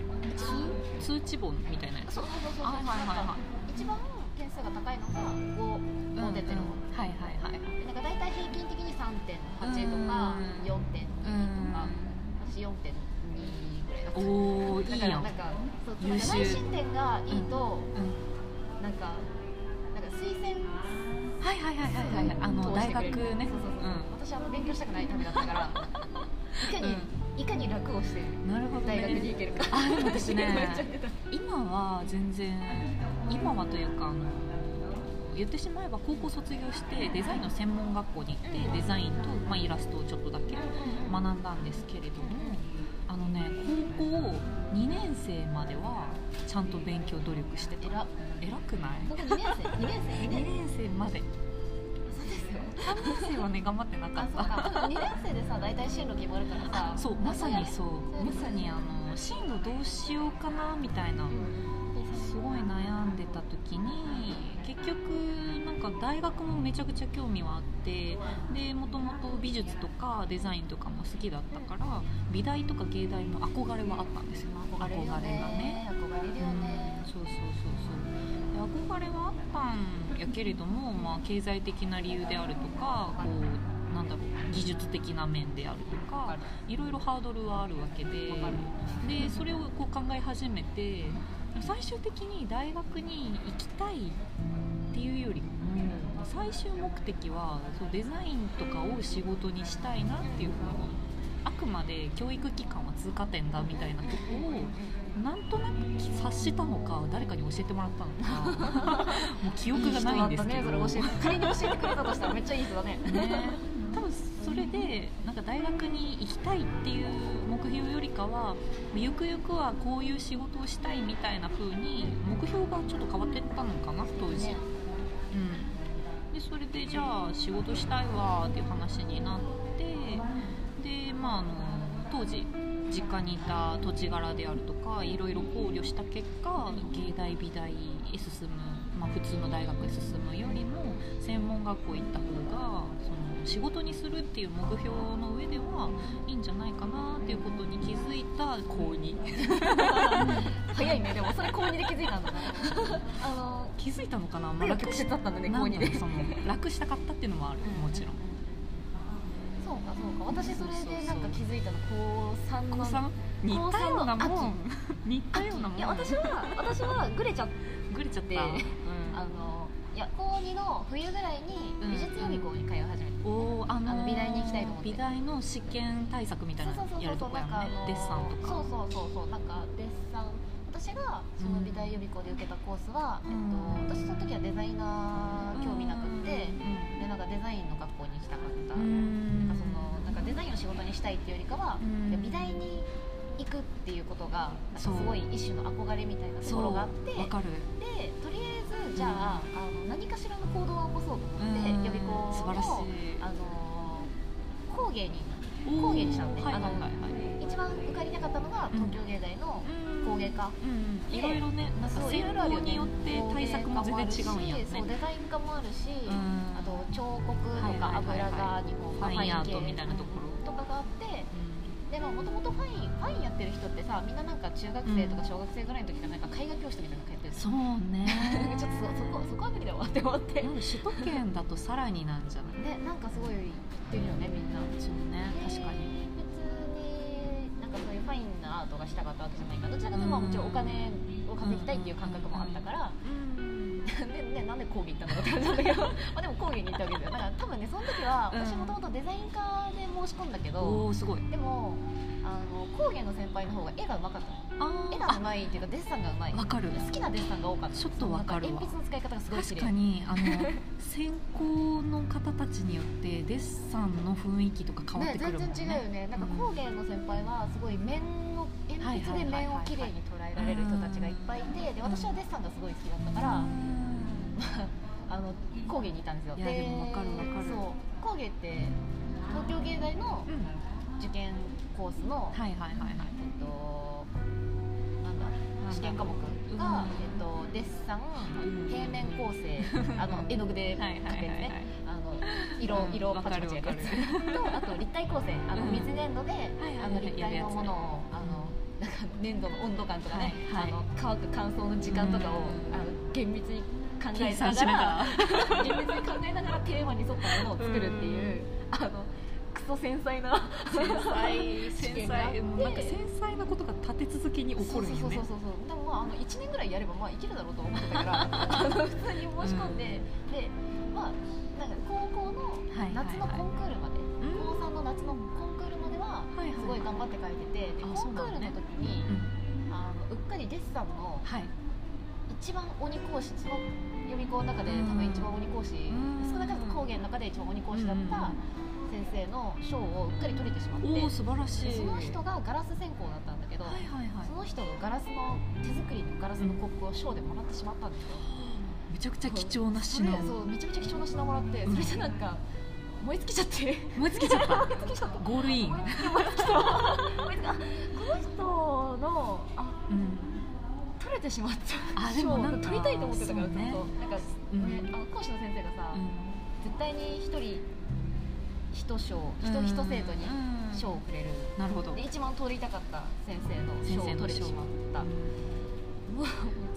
S2: 通通知本みたいなやつ
S1: そうそうそうそう、
S2: はいはいはいはい
S1: 一番点数が高いのが
S2: う
S1: 5
S2: んうん
S1: 出てるの、
S2: はいはいはい
S1: でなんか大体平均的に3.8とか
S2: うん
S1: 4.2とか私4.2ぐらいだった
S2: おおい
S1: だ
S2: い
S1: から
S2: や
S1: なん
S2: ん
S1: かそう
S2: 優秀
S1: 内申点がいいと、
S2: うん
S1: なんかなんか推薦
S2: はいはいはいはいはいはいあの
S1: 通し
S2: 大
S1: てく
S2: 学
S1: れる
S2: ね
S1: そうそうそう、私あんま勉強したくないためだったからいかに、いかに楽をして
S2: うんなるほど
S1: 大学に
S2: ね
S1: 行けるか
S2: あでも 私
S1: めっちゃ
S2: ね
S1: 出た
S2: 今は全然今はというかあの言ってしまえば高校卒業してデザインの専門学校に行ってデザインと、まあ、イラストをちょっとだけ学んだんですけれどもあのね高校2年生まではちゃんと勉強努力してた
S1: えら
S2: 偉くない
S1: 僕2年生2年生2
S2: 2
S1: 年
S2: 年生まで
S1: 生そうですよ
S2: 3年生はね頑張ってなか
S1: あ
S2: っ
S1: そうか
S2: た
S1: 僕2年生でさ大体進路決まるからさ
S2: そうまさにそう
S1: そう
S2: まさにあの進路どうしようかなみたいなすごい悩んでた時に結局なんか大学もめちゃくちゃ興味はあってでもともと美術とかデザインとかも好きだったから美大とか芸大も憧れはあったんですよ
S1: 憧れるよ
S2: がね
S1: ね憧れるよね
S2: そうそうそうそうで憧れはあったんやけれども、まあ、経済的な理由であるとかこうなんだろう技術的な面であるとかいろいろハードルはあるわけで
S1: か
S2: でそれをこう考え始めて最終的に大学に行きたいっていうよりも最終目的はそうデザインとかを仕事にしたいなっていうふうにあくまで教育機関は通過点だみたいなことをなんとなく察したのか誰かに教えてもらったのか もう記憶がないんですけど
S1: いい人だったねそれ教えて仮に教えてくれたとしたらめっちゃいい人だね
S2: ね多分それでなんか大学に行きたいっていう目標よりかはゆくゆくはこういう仕事をしたいみたいな風に目標がちょっと変わってったのかな当時、
S1: ね
S2: うん、でそれでじゃあ仕事したいわーっていう話になってでまああの当時実家にいた土地柄であるとかいろいろ考慮した結果芸大美大へ進むまあ、普通の大学へ進むよりも専門学校行った方がその仕事にするっていう目標の上ではいいんじゃないかなっていうことに気づいた高2
S1: 早いねでもそれ高2で気づいたんだなあの
S2: 気づいたのかな、まあ、
S1: 手が
S2: 楽
S1: 曲
S2: し
S1: 折だったんだね
S2: な
S1: 高
S2: ん
S1: 2
S2: だ
S1: で
S2: ろうその楽したかったっていうのもあるもちろん
S1: そうかそうか私それでなんか気づいたの高3の
S2: 高3似たような
S1: 高
S2: も
S1: 三
S2: ん似たようなもん
S1: いや私は私はグレちゃって
S2: グレちゃった、
S1: で
S2: うん
S1: あのいや高2の冬ぐらいに美術予備校に通い始めて、
S2: おーあのー
S1: あの美大に行きたいと思って
S2: 美大の試験対策みたいな
S1: そうそう
S2: やる
S1: そ
S2: と
S1: うそう
S2: こ
S1: な
S2: や
S1: んかあ
S2: んね
S1: の
S2: デッサンとか
S1: そうそうそうそうなんかデッサン私がその美大予備校で受けたコースは、
S2: うん
S1: えっと、私その時はデザイナー興味なくって、でなんかデザインの学校に行きたかった、
S2: うんうん
S1: なんかそのなんかデザインを仕事にしたいっていうよりかは、
S2: うん
S1: で美大に行くっていうことがなんかす
S2: そう
S1: ごい一種の憧れみたいなところがあってで
S2: わかる
S1: とりあえずじゃあ,、あの何かしらの行動を起こそうと思って、
S2: うん
S1: 予備校
S2: 素晴らしい
S1: のあの工芸に工芸にしたのね
S2: おーはいはいはいはい
S1: 一番受かりたかったのが東京芸大の
S2: う
S1: 工
S2: ん
S1: 芸科、
S2: うんいろいろねなん
S1: そ
S2: か
S1: ういろい
S2: 専
S1: ろある
S2: 攻
S1: よね
S2: によって対策も全然違うんやね
S1: そうデザイン科もあるし、
S2: うん
S1: あと彫刻とか
S2: はいはい
S1: 油画
S2: はいはい
S1: にも
S2: ファインアートみたいなとこ
S1: とかがあって
S2: ろ
S1: でももともとファインファインやってる人ってさみんななんか中学生とか小学生ぐらいの時からなんか絵画教室みたいなの通ってるじ
S2: そうね
S1: ゃんちょっとそそこそこは無理だわって思って
S2: なんか首都圏だとさらになんじゃない
S1: でなんかすごい言ってるよねみんな
S2: そうね確かに
S1: で別になんかそういうファインなアートがしたかったわけじゃないからどちらかというとまあ
S2: うん
S1: もちろんお金を稼ぎたいっていう感覚もあったからでね、なんで講義行ったのかって話なんだけど まあでも講義に行ったわけですよだから多分ねその時は
S2: うん
S1: 私もともとデザイン科で申し込んだけど、
S2: おおすごい
S1: でもあの工芸の先輩の方が絵がうまかった
S2: あ
S1: の絵
S2: ー
S1: がうまいっていうかデッサンがうまい
S2: あわかる
S1: 好きなデッサンが多かった
S2: ちょっとわかるわ
S1: なん鉛筆の使い方がすごい綺
S2: 確
S1: 麗
S2: かにあの 専攻の方たちによってデッサンの雰囲気とか変わって
S1: ね
S2: くるもんね
S1: 全然違うよねなんか工芸の先輩はすごい面を鉛筆で面を綺麗に捉えられる人たちがいっぱいいてで私はデッサンがすごい好きだったから、
S2: うん
S1: あの工芸にいたんですよ
S2: いやでもわかるわかる
S1: そう工芸って東京芸大の
S2: うん
S1: 受験コースの、
S2: はいはいはいはい
S1: えっとなんだ
S2: ろう
S1: 試験科目
S2: う
S1: がえ
S2: ん、
S1: っと、デッサン
S2: うん
S1: 平面構成あの絵の具で描くやつ
S2: はいはいはいは
S1: ね
S2: い
S1: あの色
S2: うん
S1: 色を
S2: わ
S1: パ
S2: か
S1: チパ
S2: る
S1: チ
S2: わ
S1: や
S2: か
S1: る
S2: る
S1: やつとあと立体構成あの
S2: うん
S1: 水粘土で
S2: はい
S1: あの立体のものをあ
S2: やるやつね
S1: のなんか粘土の温度感とかね
S2: は
S1: あ
S2: いはい
S1: の乾く乾燥の時間とかを
S2: うん
S1: あの厳密に考
S2: 計
S1: えな
S2: 算
S1: が
S2: しながら
S1: ら 厳密に考えながらテーマに沿ったものを作るっていうあのクソ繊細な
S2: 繊細繊細もうなんか
S1: で
S2: 繊細なことが立て続けに起こるん
S1: そうそ
S2: よ
S1: う
S2: ね
S1: そうそうそうでもまああの1年ぐらいやればまあいけるだろうと思ってたからあ の普通に申し込んで、でまあなんか高校の
S2: はいはいはい
S1: 夏のコンクールまで、
S2: うん
S1: 高3の夏のコンクールまでは
S2: はいはい
S1: すごい頑張って書いてて、で
S2: あ
S1: コンクールの時に
S2: うん
S1: あのうっかりデッサンの
S2: はい
S1: 一番鬼講師その予備校の中で多分一番鬼講師、
S2: ん
S1: 少なからず高原の中で一番鬼講師だっ
S2: うん
S1: た先生の賞をうっかり取れてしまって、
S2: おお素晴らし
S1: で
S2: い
S1: その人がガラス専攻だったんだけど、
S2: はいはいはい
S1: その人がガラスの手作りのガラスのコップを賞でもらってしまったんですよ、
S2: めちゃくちゃ貴重な
S1: それ
S2: 品を
S1: そうめちゃめちゃ貴重な品もらって
S2: うん
S1: それでなんか燃え尽きちゃって
S2: 燃え尽きち ゃった
S1: 燃え尽きちゃった
S2: ゴールイン
S1: 燃え尽き燃え尽きた燃え尽きあこの人のあ
S2: うん
S1: 取れてしまった
S2: あでもなんか
S1: 賞取りたいと思ってたからずっと、
S2: そうね
S1: なんか、
S2: うん
S1: ねあの講師の先生がさ、絶対に一人一賞一
S2: うん
S1: 一生徒に
S2: うん
S1: 賞をくれる、
S2: なるほど
S1: で一番取りたかった先生
S2: 先
S1: の賞
S2: 生
S1: を
S2: の
S1: 取れて
S2: 賞
S1: しまったもう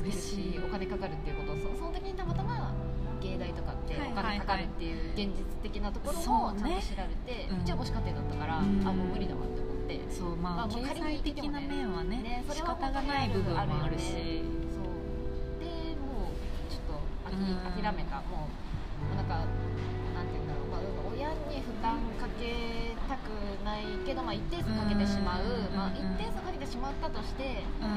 S2: 嬉
S1: 嬉
S2: し
S1: し
S2: い
S1: いお金かかるっていうことをそその時にたまたま芸大とかって
S2: は
S1: お
S2: い
S1: 金かかるっていう現実的なところ
S2: そう
S1: も
S2: ね
S1: ちゃんと調べて、
S2: うん
S1: 一応母子家庭だったから、
S2: うん
S1: あもう無理だわって思って
S2: そうま
S1: ま
S2: あ
S1: あ
S2: 経
S1: もう仮
S2: 済
S1: に
S2: 的な面はね
S1: ねそ
S2: 仕
S1: れは
S2: 方がない部分もあるし
S1: あるよそうでもうちょっとあ
S2: う
S1: き
S2: ん
S1: 諦めたもうなんかなんて言うんだろう、まあ、親に負担かけたくないけど、まあ、一定数かけてしまう、
S2: うん
S1: まあ、一定数かけてしまったとして、で
S2: うん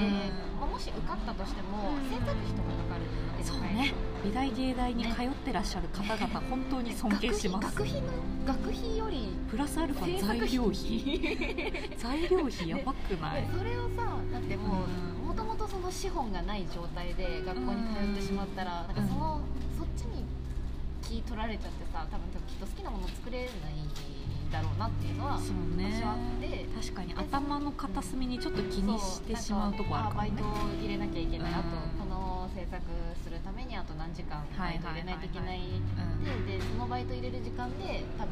S1: まあ、もし受かったとしても
S2: うん
S1: 選択肢とかかかるわけじ
S2: そ
S1: ゃ
S2: う
S1: ない
S2: ね美大芸大に通ってらっしゃる方々本当に尊敬します
S1: 学費の学費より
S2: プラスアルファ材料費材料費やばくない
S1: でそれをさだっても
S2: う
S1: うもともとその資本がない状態で学校に通ってしまったら、
S2: うん
S1: なんかそのそっちに気取られちゃってさ多分きっと好きなもの作れないだろうなっていうのは
S2: そう
S1: 私
S2: ね
S1: はあって。
S2: 確かに頭の片隅にちょっと気にしてしまうとこあるかも
S1: そうなんかあ
S2: ね
S1: バイトを入れなきゃいけない、あ
S2: うん
S1: とこの生徒宅するためにあと何時間バ
S2: はい
S1: イト入れないといけないででそのバイト入れる時間で多分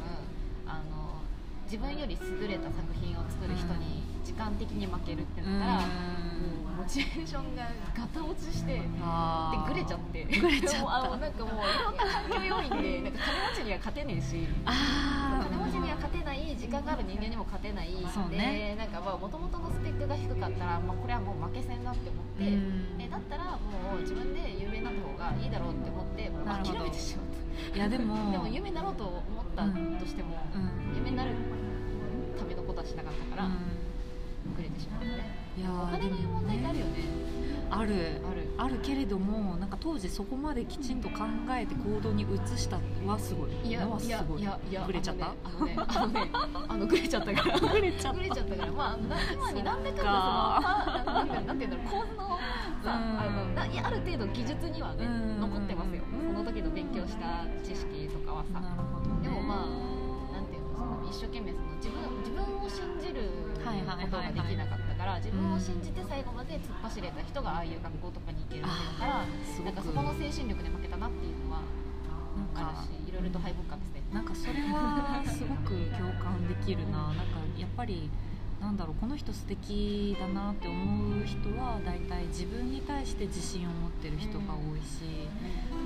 S1: あの自分より優れた作品を作る人に時間的に負けるって
S2: うん
S1: なったら、もうモチベーションがガタ落ちして。で
S2: あー
S1: グレちゃって
S2: グレちゃった
S1: もうあのなんかもういろんな環境要因でなんか金持ちには勝てねえし
S2: あ
S1: 金
S2: ー
S1: 持ちには勝てない時間がある人間にも勝てない
S2: そうね
S1: でなんかまあ元々のスペックが低かったら、まあ、これはもう負け戦だって思って、
S2: うん
S1: えだったらもう自分で有名になった方がいいだろうって思ってもう
S2: なるほど
S1: 諦めてしまっ
S2: いやで
S1: た
S2: も
S1: でも有名になろうと思ったとしても、
S2: うん
S1: 有名になるためのことはしなかったから、遅れてしまうので
S2: いや
S1: お
S2: ー
S1: 金の問題ってあるよね
S2: ある
S1: ある
S2: あるけれどもなんか当時そこまできちんと考えて行動に移したはすごい
S1: いや
S2: のはす
S1: いや
S2: ごい
S1: いやいや
S2: グレちゃった
S1: あのねあのねあのねあのグレちゃったからグ
S2: グレちゃ
S1: レちゃったからまあな今になんだかんだそのまあなんていうのなんていうんだろう構図のさあのないやある程度技術にはね
S2: うん
S1: 残ってますよその時の勉強した知識とかはさ
S2: なるほどね
S1: でもまあなんていうのその一生懸命その自分自分を信じる
S2: はいはいはいはい
S1: ことができなかったから自分を信じて最後まで突っ走れた人がああいう学校とかに行けるっていうのが
S2: す
S1: な
S2: ご
S1: んか
S2: く
S1: そこの精神力で負けたなっていうのは
S2: なん
S1: あ
S2: か
S1: るしいろいろと敗北感ですね
S2: なんかそれはすごく共感できるななんかやっぱりなんだろうこの人素敵だなって思う人は大体自分に対して自信を持ってる人が多いし、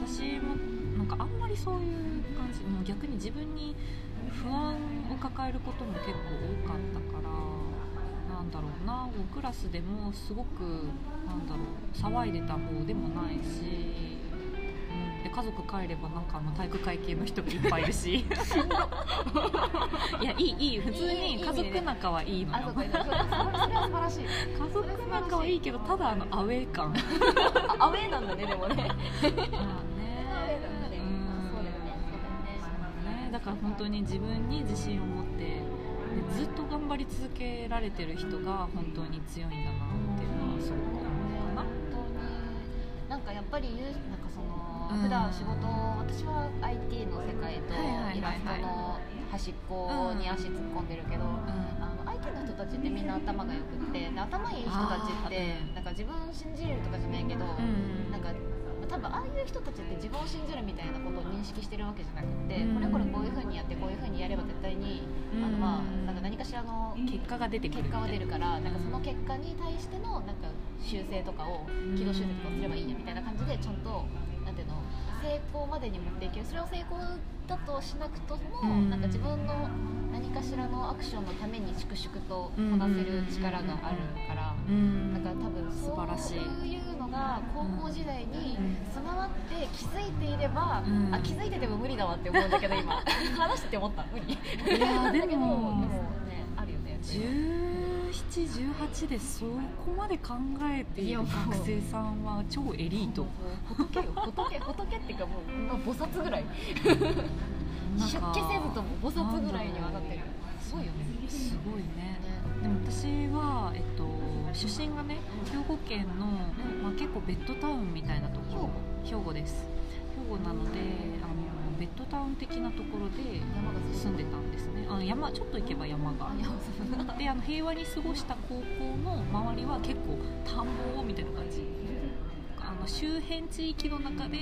S2: 私もなんかあんまりそういう感じもう逆に自分に不安を抱えることも結構多かったからなんだろうなクラスでもすごくなんだろう騒いでた方でもないし。うんで家族帰ればなんかあの体育会系の人がいっぱいい るしいやいいいい普通に家族仲はいいの
S1: あ
S2: よ
S1: そうかそれは素晴らしい
S2: 家族仲はいいけどただあのアウェー感
S1: あアウェーなんだねでもね
S2: まあね
S1: アウェーなんだねあそうだよねそうだよね
S2: ね、だから本当に自分に自信を持ってでずっと頑張り続けられてる人が本当に強いんだなっていうのはすごく思うかな
S1: 本当になんかやっぱり言うなんかその、
S2: うん
S1: 普段仕事私は IT の世界と
S2: はいはいはいはい
S1: イラストの端っこに足突っ込んでるけど、あの IT の人たちってみんな頭がよくってで頭いい人たちっ
S2: あ
S1: て
S2: ー
S1: なんか自分を信じるとかじゃないけど、
S2: うん
S1: なんか多分ああいう人たちって自分を信じるみたいなことを認識してるわけじゃなくって、
S2: うん
S1: これこれこういうふうにやってこういうふうにやれば絶対に、あのまあなんか何かしらの
S2: 結果が出てく
S1: 結
S2: るみ
S1: 果
S2: た
S1: は出
S2: いな
S1: るからなんかその結果に対してのなんか修正とかを軌道修正とかすればいいやみたいな感じでちゃんとなんていうの成功までに持っていけるそれを成功だとしなくとも、
S2: うん
S1: なんか自分の何かしらのアクションのために粛々とこなせる力があるから。
S2: うん
S1: なんか多分
S2: 素晴らし
S1: そ
S2: いう
S1: いうのが高校時代に
S2: うん
S1: 備わって気づいていれば、
S2: うん
S1: あ気づいてても無理だわって思うんだけど 今話してて思った無理
S2: いやーで
S1: だけどでも
S2: も
S1: ねあるよね
S2: 1718でそこまで考えている学生さんは超エリート
S1: 仏よ仏仏っていうかもうまあ菩薩ぐらい
S2: なん
S1: 出家
S2: か
S1: せずとも菩薩ぐらいにはなってる
S2: すごいよねすごいねでも私は、えっと、出身がね兵庫県の、まあ、結構ベッドタウンみたいなところ兵庫です兵庫なのであのベッドタウン的なところで
S1: 山が
S2: 住んでたんですねあの山ちょっと行けば山があ
S1: あ
S2: る
S1: 山が進む
S2: であの平和に過ごした高校の周りは結構田んぼみたいな感じあの周辺地域の中で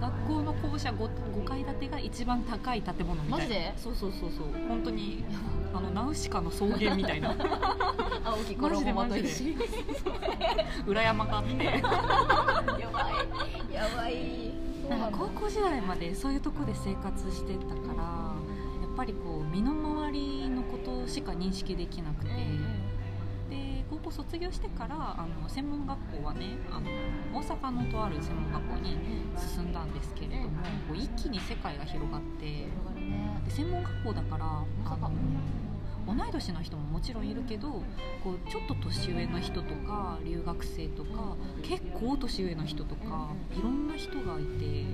S2: 学校の校舎 5, 5階建てが一番高い建物みたいな
S1: マジで
S2: そうそうそうそう本当にあのナウシカの草原みたいな
S1: 青き
S2: マジで
S1: 衣
S2: マ
S1: まと
S2: ジ
S1: い
S2: で
S1: て
S2: 裏山があって
S1: やばいやばいそう
S2: な
S1: なんん
S2: か
S1: だ
S2: 高校時代までそういうとこで生活してたからやっぱりこう身の回りのことしか認識できなくて、で高校卒業してからあの専門学校はねあの大阪のとある専門学校に進んだんですけれども、こう一気に世界が広がって
S1: 広がるね
S2: で専門学校だからあ
S1: 大阪
S2: の同い年の人ももちろんいるけどこうちょっと年上の人とか留学生とか結構年上の人とかいろんな人がいて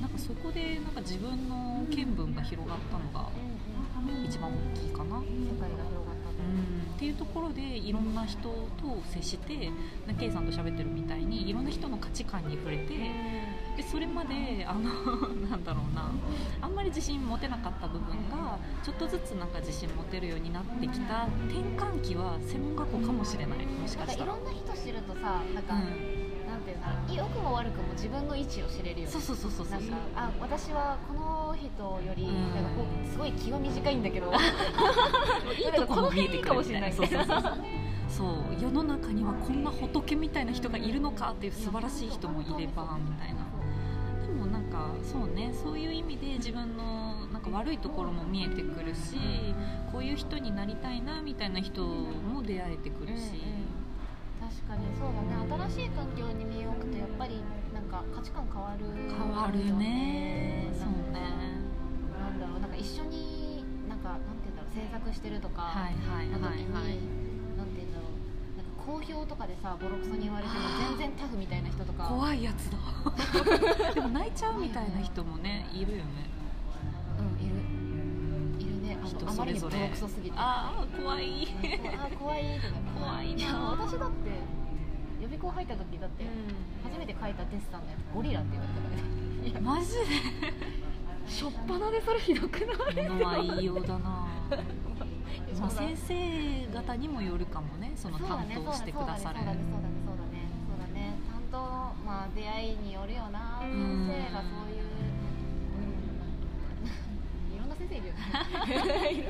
S2: なんかそこでなんか自分の見聞が広がったのが一番大きいかな。
S1: 世界が広がった
S2: うんっていうところでいろんな人と接してな K さんと喋ってるみたいにいろんな人の価値観に触れてでそれまであの なんだろうなあんまり自信持てなかった部分がちょっとずつなんか自信持てるようになってきた転換期は専門学校かもしれないもしか
S1: なんか
S2: し
S1: い
S2: たら。
S1: ろんな人知るとさなんか、
S2: うん
S1: なんなんていうんだろう良くも悪くも自分の位置を知れるよね
S2: そうそうそうそうそ
S1: な
S2: うん
S1: かあ私はこの人より
S2: うん
S1: なんかこうすごい気は短いんだけどい
S2: いいとこも見えてくる
S1: かもしれない
S2: そうそうそうそうそう世の中にはこんな仏みたいな人がいるのかっていう素晴らしい人もいればみたいなでもなんかそうねそういう意味で自分のなんか悪いところも見えてくるしこういう人になりたいなみたいな人も出会えてくるし、
S1: 確かにそうだね新しい環境に身を置くとやっぱりなんか価値観変わる
S2: 変わるよね
S1: な
S2: そ
S1: んか
S2: うね
S1: なんだろうなんか一緒になんかなんていうんだろう制作してるとか、
S2: はいはい
S1: の
S2: は
S1: 時に、
S2: い
S1: な
S2: はい
S1: んていうんだろうなんか好評とかでさボロクソに言われても全然タフみたいな人とか
S2: 怖いやつだ でも泣いちゃうみたいな人もねいるよね
S1: うんいるいるねあ
S2: 人
S1: のあ
S2: そ
S1: まり
S2: れ
S1: に
S2: ぞ
S1: ボ
S2: れ
S1: ロクソすぎて
S2: ああ怖い
S1: あ怖いとか
S2: 怖いな
S1: や私だって予備校入った時だって初めて書いたデッサンのやつゴリラって言われたからね
S2: マジ
S1: しょっぱなでそれひどくない
S2: で物は言いようだ なまあ
S1: そうだ
S2: 先生方にもよるかもねその
S1: そうだ
S2: 担
S1: ね
S2: 当してくださる
S1: そうだねそうだねそうだねそうだねそうだね担当まあ出会いによるよな先
S2: ん
S1: 生がそういううんいろんな先生いるよね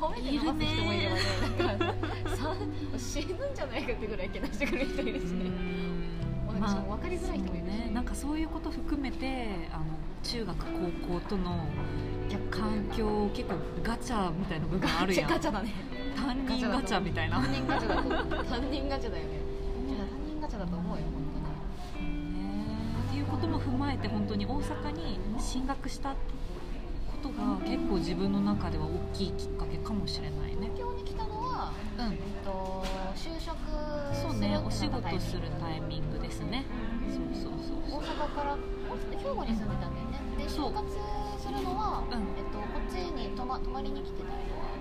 S1: 褒めて伸ばす人もいればねなんかさ死ぬんじゃないかってぐらいけなしてくる人いるし
S2: う
S1: ね
S2: ん
S1: 私も分かりづらい人もいるし
S2: そうねなんかそういうこと含めてあの中学高校との環境結構ガチャみたいな部分あるやん
S1: ガチャだね
S2: 担任ガチャみたいな、
S1: 担任ガチャだと担任ガチャだよねいや担任ガチャだと思うよ本
S2: っていうことも踏まえて本当に大阪に進学したことが結構自分の中では大きいきっかけかもしれないね
S1: 当に東京に来たのは
S2: うん
S1: えっと就職
S2: そう
S1: するって
S2: ね
S1: なった
S2: お仕
S1: タイミン
S2: 事
S1: グ
S2: するタイミングですねそうそうそうそ
S1: 大
S2: う
S1: 阪からお兵庫に住んでたんだよねで
S2: そ
S1: 就
S2: う
S1: 活するのは、
S2: うん
S1: えっと、こっちに泊ま泊まりに来てたりとか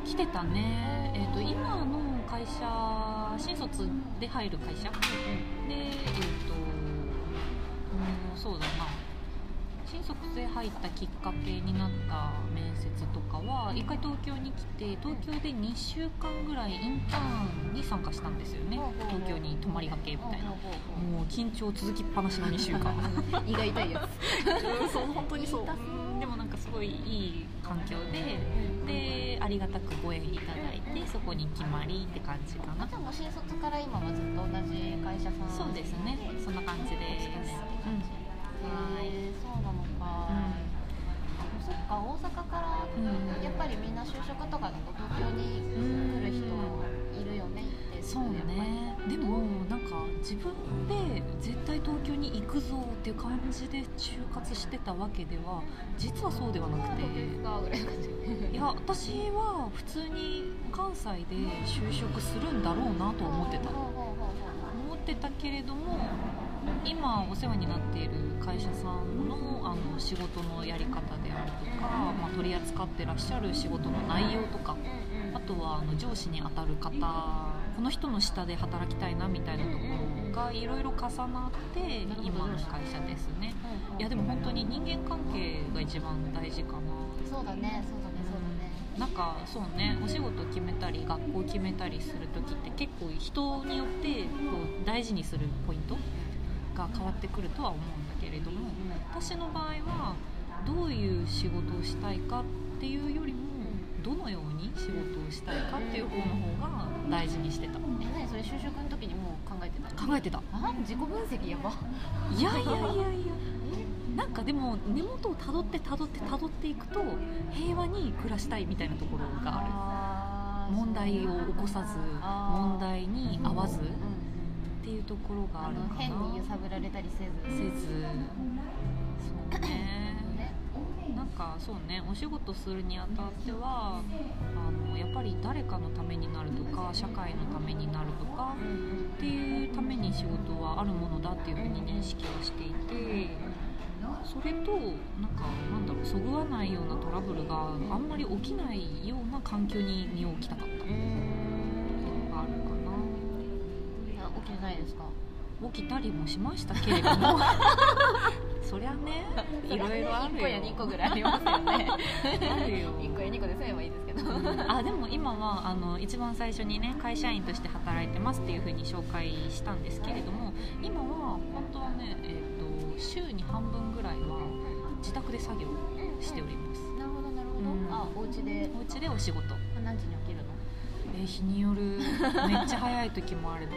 S2: 来てたねえっ、と今の会社新卒で入る会社でえっ、とうんそうだな新卒で入ったきっかけになった面接とかは一回東京に来て東京で2週間ぐらいインターンに参加したんですよね
S1: ほうほうほう
S2: 東京に泊まりがけみたいな
S1: う
S2: もう緊張続きっぱなしの2週間
S1: ん胃が痛いや
S2: そう本当にそう
S1: 痛
S2: でもなんかすごいいい環境ででありがたくご縁いただいてそこに決まりって感じかな
S1: つじゃあもう新卒から今はずっと同じ会社さん
S2: そうですねそんな感じ
S1: お
S2: で
S1: 付き
S2: す
S1: 合いって感じへーそうなのか、そっか大阪から
S2: うん
S1: やっぱりみんな就職とかだと東京に
S2: うん
S1: 来る人いるよねって
S2: そうねでもなんか自分で絶対東京に行くぞっていう感じで就活してたわけでは実はそうではなくて
S1: かぐらいの感じ
S2: いや私は普通に関西で就職するんだろうなと思ってた
S1: ほうほうほうほうほう
S2: 思ってたけれども今お世話になっている会社さんのあの仕事のやり方であるとか、まあ、取り扱ってらっしゃる仕事の内容とかあとはあの上司に当たる方この人の下で働きたいなみたいなところがいろいろ重なって今の会社ですねいやでも本当に人間関係が一番大事かな
S1: そうだねそうだねそうだね
S2: なんかそうねお仕事決めたり学校決めたりする時って結構人によってこう大事にするポイントが変わってくるとは思うんだけれども私の場合はどういう仕事をしたいかっていうよりもどのように仕事をしたいかっていう方の方が大事にしてた
S1: え何それ就職の時にもう考えてた
S2: 考えてた
S1: あ自己分析やば
S2: いやいやいやいやなんかでも根元をたどってたどってたどっていくと平和に暮らしたいみたいなところがある
S1: あー
S2: 問題を起こさず
S1: あー
S2: 問題に合わずっ
S1: うん
S2: ていうところがあ
S1: あ
S2: る
S1: の
S2: かな
S1: 変に揺さぶられたりせ
S2: せ
S1: ず
S2: ずそうね
S1: ね
S2: なんかそうねお仕事するにあたってはあのやっぱり誰かのためになるとか社会のためになるとかっていうために仕事はあるものだっていうふうに認識をしていてそれとなんかなんだろうそぐわないようなトラブルがあんまり起きないような環境に身を置きたかったっていうのがあるかな。
S1: いや起きてないですか
S2: 起きたりもしましたけれども そりゃねいろいろある
S1: 1
S2: よ
S1: 個や2個ぐらいありますよね
S2: あるよ
S1: 1個や2個でさえばいいですけど
S2: あでも今はあの一番最初にね会社員として働いてますっていう風に紹介したんですけれども今は本当はね、えー、と週に半分ぐらいは自宅で作業 しております
S1: なるほどなるほ
S2: うん
S1: どあお家で
S2: お家でお仕事
S1: 何時に起きるの
S2: えー日によるめっちゃ早い時もあれば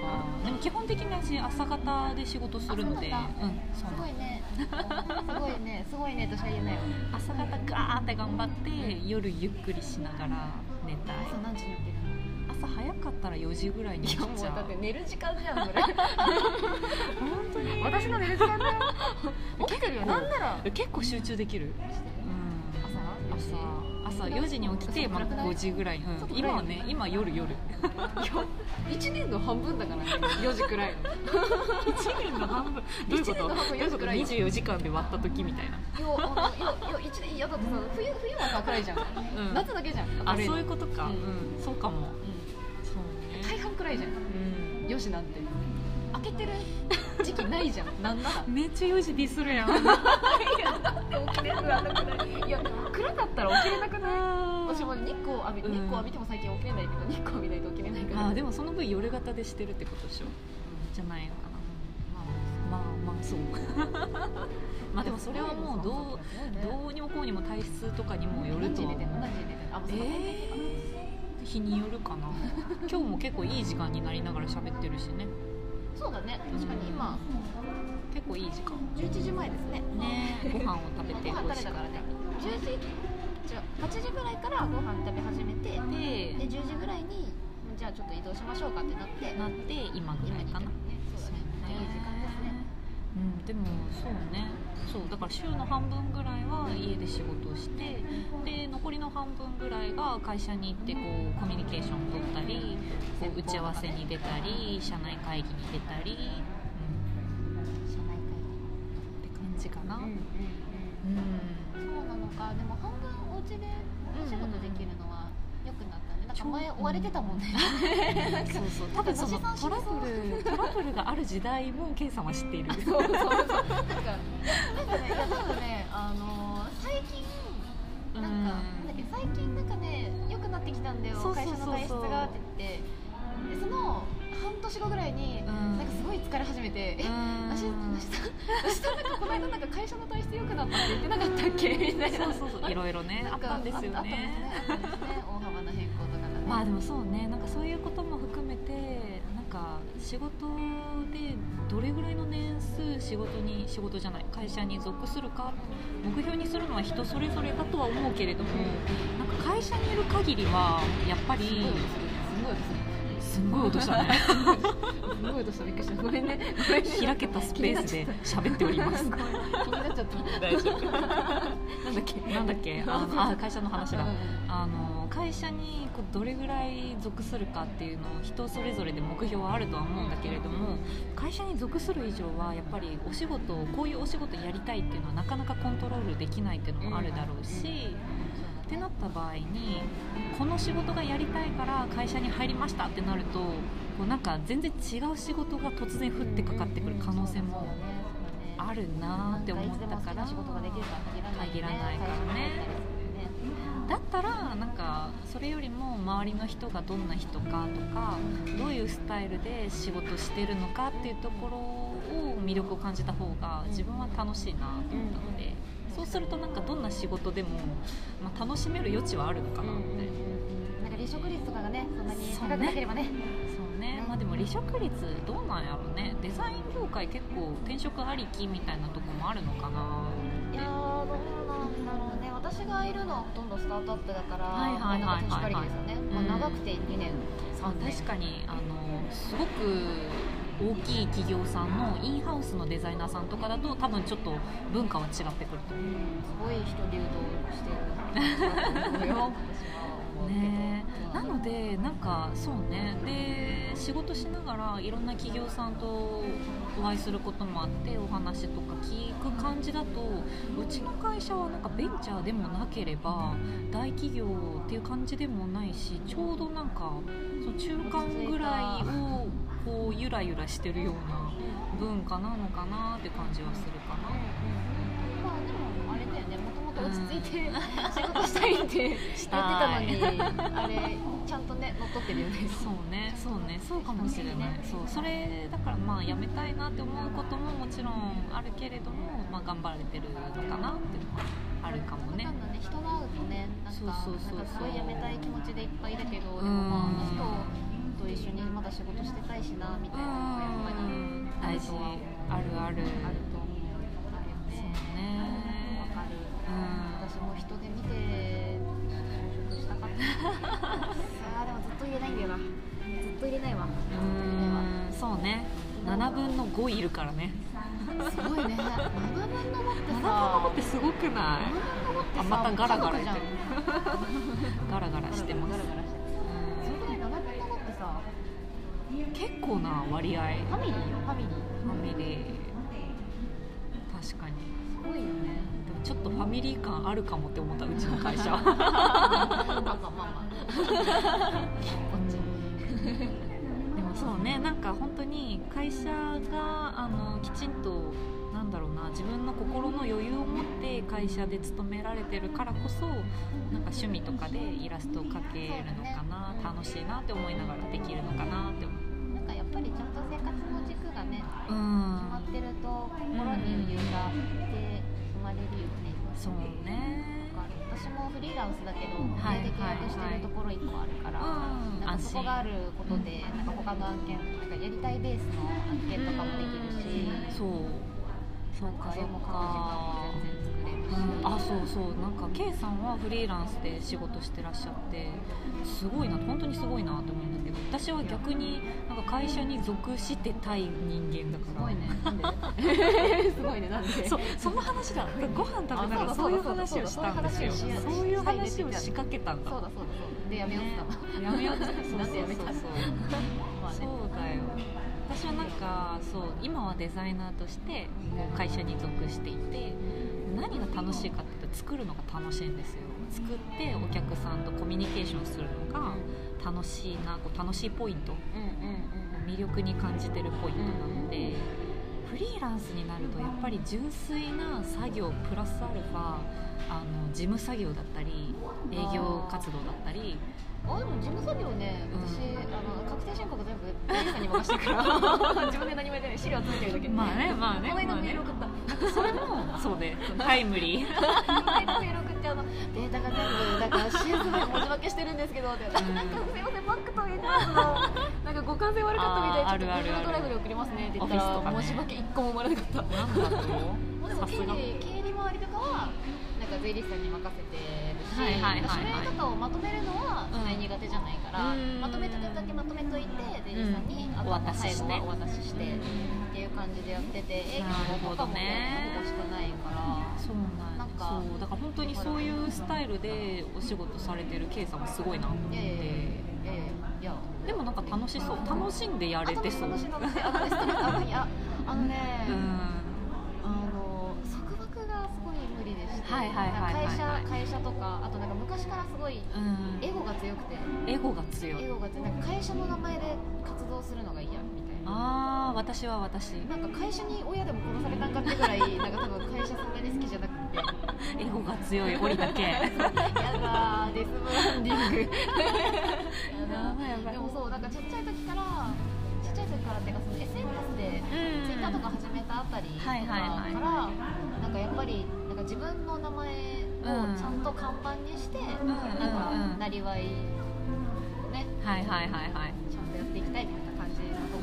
S2: でも基本的に私朝方で仕事するの で
S1: あそうなんだ
S2: うんそう
S1: す
S2: な
S1: ご
S2: の
S1: いねすごいねすごいねとしか言えないわ
S2: 朝方ガーって頑張って夜ゆっくりしながら寝たい
S1: 朝何時に起きるの
S2: 朝早かったら4時ぐらいに
S1: い
S2: 起き
S1: や
S2: ちゃ
S1: もうだっ
S2: う
S1: て寝る時間じゃんそれ
S2: 本当 に
S1: 私の寝る時間だよ起きてるよなんなら
S2: 結構集中できるうん
S1: 朝
S2: 朝朝4時に起きて、まあ、5時ぐらいに、
S1: ちょっ
S2: う
S1: と
S2: ん、
S1: 暗い
S2: 今はね今 夜夜
S1: 1年の半分だからね4時くらいの
S2: 1年の半分 どういう
S1: 一
S2: こ
S1: 年
S2: と
S1: の半分
S2: どういうこ
S1: 夜
S2: と
S1: 暗い
S2: 24時間で割った時みたいな
S1: よあのよよ一年いやだってさ冬冬はさ暗いじゃん、
S2: うん
S1: 夏だけじゃん
S2: あ
S1: 明る
S2: そうい
S1: の
S2: うことか、
S1: う
S2: うんんそうかも
S1: う
S2: そうね
S1: ん大半暗いじゃん
S2: う
S1: 4時なんて開 けてる時期ないじゃんなんなら
S2: んめっちゃ4時ディスるやん
S1: 起きれるあのくらいいや暗かったら起きれなくない
S2: あ
S1: 私も日光浴び日
S2: うん
S1: 光浴びても最近起きれないけど日光浴びないと起きれないから
S2: ーでもその分夜型でしてるってことでしょじゃないのか
S1: ま
S2: なまあまあそう
S1: あ
S2: まあでもそれはもうどうどうにもこうにも体質とかにもよる
S1: 何
S2: と
S1: 時
S2: は
S1: 入れてんの
S2: 思う
S1: 何時入れてんのあもうその
S2: えー、日による かな今日も結構いい時間になりながら喋ってるしね
S1: そうだね確かに今
S2: 結構いい時間
S1: 11時前ですね
S2: ねご飯を食べて
S1: ご飯
S2: 美
S1: 食
S2: 味
S1: べ
S2: しか
S1: たか
S2: った
S1: らね10時じゃあ8時ぐらいからご飯食べ始めてで
S2: で
S1: 10時ぐらいにじゃあちょっと移動しましょうかってなって
S2: なって今ぐ
S1: 今
S2: らい
S1: に至
S2: か
S1: る
S2: な
S1: ねそうだね
S2: そうね
S1: いい時間ですね
S2: うん、でもそうねそうだから週の半分ぐらいは家で仕事をしてで残りの半分ぐらいが会社に行ってこうコミュニケーションを取ったりこう打ち合わせに出たり社内会議に出たり、
S1: 社内会
S2: うん、って感じかな、
S1: 議
S2: うん
S1: そうなのかでも半分お家でお仕事できるのは良くなったねなんか前追われてたもんねなんか
S2: そうそう多分その
S1: なんか
S2: トラブルトラブルがある時代も K さんは知って いる
S1: そうそうそうなんかなんかねいや多分ねあのー最近なんかなんだっけ最近なんかね良くなってきたんだよ
S2: そうそう
S1: 会
S2: そう
S1: 社
S2: そう
S1: の体質がって言ってでその半年後ぐらいに
S2: うん
S1: なんかすごい疲れ始めて、え
S2: うん
S1: 私私さ私さなんかこの間なんか会社の体質良くなったって言ってなかったっけみたいな
S2: そうそうそういろいろねあ
S1: な
S2: っ
S1: か
S2: たんですよ
S1: あったんですね
S2: ね
S1: あったんですね大幅な変更とかがね
S2: まあでもそうねなんかそういうことも含めてなんか仕事でどれぐらいの年数仕事に仕事じゃない会社に属するか目標にするのは人それぞれだとは思うけれどもなんか会社にいる限りはやっぱ
S1: すごい
S2: り
S1: 音
S2: すんごい音したね
S1: するすごい音したびっくりしたごめんねごめんね
S2: 開けたスペースで喋っております
S1: ごめん気になっちゃった
S2: 大丈夫なんだっけなんだっけあのあ会社の話だ
S1: うん
S2: あの会社にこうどれぐらい属するかっていうのを人それぞれで目標はあるとは思うんだけれども会社に属する以上はやっぱりお仕事をこういうお仕事やりたいっていうのはなかなかコントロールできないっていうのもあるだろうし、ってなった場合にこの仕事がやりたいから会社に入りましたってなるとこうなんか全然違う仕事が突然降ってかかってくる可能性もあるなーって思ったから。
S1: 仕事ができるとは限らない
S2: 限らないからねだったらなんかそれよりも周りの人がどんな人かとかどういうスタイルで仕事してるのかっていうところを魅力を感じた方が自分は楽しいなと思ったのでそうするとなんかどんな仕事でも、まあ、楽しめる余地はあるのかなって、
S1: なんか離職率とかがねそんなに
S2: そ
S1: 高
S2: うね
S1: くなければね
S2: そうねまあでも離職率どうなんやろねデザイン業界結構転職ありきみたいなとこもあるのかない
S1: やーどうなんだろうね私がいるのはほとんどスタートアップだから
S2: はいはいはいはい
S1: まあなんか年ばか
S2: はい
S1: りですよね、
S2: うん
S1: まあ、長くて2年
S2: あ確かにあのすごく大きい企業さんのインハウスのデザイナーさんとかだと多分ちょっと文化は違ってくると思
S1: すごい人流動してる感じだと思うよ私は思
S2: う
S1: うけど
S2: ね
S1: うん
S2: なのでなんかそうねで仕事しながらいろんな企業さんとお会いすることもあってお話とか聞く感じだとうちの会社はなんかベンチャーでもなければ大企業っていう感じでもないしちょうどなんかその中間ぐらいをこうゆらゆらしてるような文化なのかなって感じはするかな、
S1: まあでもあれだよねもともと落ち着いて仕事したいって言って たのにあれちゃんとね乗っ取ってるよね
S2: そうねそうねそうかもしれない、そうそれだからまあやめたいなって思うことももちろんあるけれども、まあ、頑張られてるのかなっていうのはあるかもね
S1: なんだね人が会うとねなんか
S2: そうそうそうそう
S1: なんかすごいやめたい気持ちでいっぱいだけどでもまああの人と一緒にまだ仕事してたいしなみたいなのがやっぱり
S2: 大事あ
S1: あ
S2: るある
S1: ると思うあるよ
S2: そう
S1: ねわ
S2: ね
S1: かる
S2: うん
S1: 私も人で見て就職したかった あーでもずっと入れないんだよなずっと入れないわ
S2: うんそうね7分の5いるからね
S1: すごいね7分の5って
S2: 7分の5
S1: さ
S2: ってすごくない
S1: 7分の5って
S2: あ
S1: さ
S2: またガラガ
S1: 家族
S2: ラ
S1: じ
S2: や
S1: ゃ
S2: っ
S1: ん
S2: てるガラガラしてます
S1: ガラガラしてるそれぐらい7分の5ってさ
S2: うん結構な割合
S1: ファミリーよファミリー
S2: ファミリー確かに
S1: すごいよ ね
S2: でもちょっとファミリー感あるかもって思ったうちの会 社
S1: まあまあまあまあこっち
S2: でもそうねなんか本当に会社があのきちんとなんだろうな自分の心の余裕を持って会社で勤められてるからこそなんか趣味とかでイラストを描けるのかな、楽しいなって思いながらできるのかなって思う
S1: なんかやっぱりちゃんと生活の軸がね決
S2: う
S1: まっ
S2: ん
S1: てると心に余裕がで生まれるよね
S2: そうね
S1: なんか私もフリーランスだけど、
S2: は
S1: 家
S2: い
S1: で契約してるところ1個あるから、
S2: うん
S1: なんか
S2: 安
S1: そ
S2: 心
S1: こがあることで、なんか他の案件なんかやりたいベースの案件とかもできるし、
S2: そうそう
S1: なん
S2: か
S1: か
S2: そ
S1: 絵
S2: う
S1: も描く時
S2: か
S1: 間も全然作れるし、
S2: あそうそうなんか K さんはフリーランスで仕事してらっしゃってすごいな本当にすごいなと思うんだけど私は逆になんか会社に属してたい人間だ
S1: す
S2: から
S1: ごいね、なんですごいね、 なんで
S2: そうその話だご飯食べながら
S1: あ
S2: そ
S1: そうう
S2: い
S1: だ
S2: う話をしたんですよ
S1: そうだそうだ
S2: そういう話を仕掛けたんだ
S1: そうだそうだそうだ、でやめようって言ったの、
S2: ねやめようってそ う
S1: な
S2: そ
S1: んでやめた
S2: うそうそう
S1: まあ
S2: そう
S1: ね、
S2: だよ私はなんかそう今はデザイナーとしてこう会社に属していて何が楽しいかって言ったら作るのが楽しいんですよ作ってお客さんとコミュニケーションするのが楽しいなこう楽しいポイント
S1: うんうん
S2: 魅力に感じてるポイントなので、フリーランスになるとやっぱり純粋な作業プラスアルファあの事務作業だったり営業活動だったり
S1: うん、あでも事務作業ね、私、
S2: う
S1: あの確定申告全部、大さんに任せてるから、 自分で何もやってない、資料集めてるだけ、
S2: まあねまあね
S1: この間
S2: まあ
S1: メー
S2: ね
S1: ル送った。
S2: それもそう でタイムリー
S1: 大学6ってあのデータが全部なんか CS で文字化けしてるんですけどって、
S2: ん
S1: なんかすいませんバックと A タ スのなんか互換性悪かったみ
S2: あー
S1: た
S2: あ
S1: いで
S2: る
S1: ちょ
S2: あ
S1: っと
S2: る
S1: Google
S2: ある
S1: ドライブで送りますねって言った
S2: オフィスとからね
S1: 文字化け1個も生まれなかった
S2: なんだと
S1: でも
S2: さす
S1: 経
S2: が
S1: 理経理周りとかはなんか税理士さんに任せてるし、
S2: はいはいはいはい
S1: 書類とかをまとめるのは
S2: うん
S1: 絶対苦手じゃないから、
S2: うん
S1: まとめてるだけまとめといて税理士さんに、
S2: うん
S1: あと
S2: お渡しして
S1: 最後はお渡ししてっていう感じでやってて営業とかもねほ
S2: なるほどね
S1: ぼしてないから。
S2: そうなん
S1: なんか
S2: そうだから本当にそういうスタイルでお仕事されてる K さんもすごいなと思っ
S1: いやいやいや
S2: て
S1: いやいやいや
S2: でもなんか楽しそう楽しんでやれてそう
S1: あとね私のあのねストレスあのいやあのね、
S2: うん
S1: あの束縛がすごい無理でして、
S2: はいはいはいはいは
S1: ないんか会社会社とかあとなんか昔からすごい
S2: うん
S1: エゴが強くて
S2: エゴが強
S1: エ
S2: い
S1: ゴが強いなんか会社の名前で活動するのが嫌みたいな。
S2: ああ私は 私
S1: なんか会社に親でも殺されたんかってぐらいなんか多分会社そんなに好きじゃなくて
S2: エゴが強い折だけや
S1: やだーデスブランディング やだ
S2: ばいや
S1: ーでも
S2: う
S1: そうなんかちっちゃい時からちっちゃい時からっていうかその SNS で
S2: ん
S1: ツイッターとか始めたあたりとか
S2: はいはいはい
S1: からなんかやっぱりなんか自分の名前をちゃんと看板にして、
S2: うん
S1: なん
S2: うん
S1: か
S2: うん
S1: なりわいをね
S2: はいはいはいはい
S1: ちゃんとやっていきたいみたいな感じのと
S2: う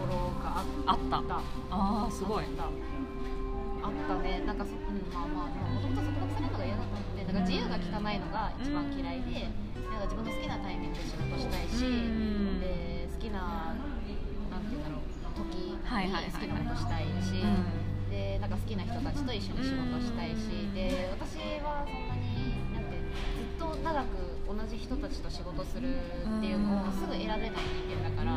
S1: こ
S2: ん
S1: ろがあっ
S2: あった
S1: た、
S2: ああすごい
S1: あったあったねなんかそ、うん、まあまあもともと束縛されるのが嫌だったのでなんか自由が利かないのが一番嫌いで、なんか自分の好きなタイミングで仕事したいし、
S2: うん
S1: で好きななんて言うんだろう時に
S2: はいはいはい
S1: 好きなことしたいし、
S2: うん
S1: でなんか好きな人たちと一緒に仕事したいし、
S2: うん
S1: で私はそんなになんてずっと長く同じ人たちと仕事するっていうのをすぐ選べない人間だから、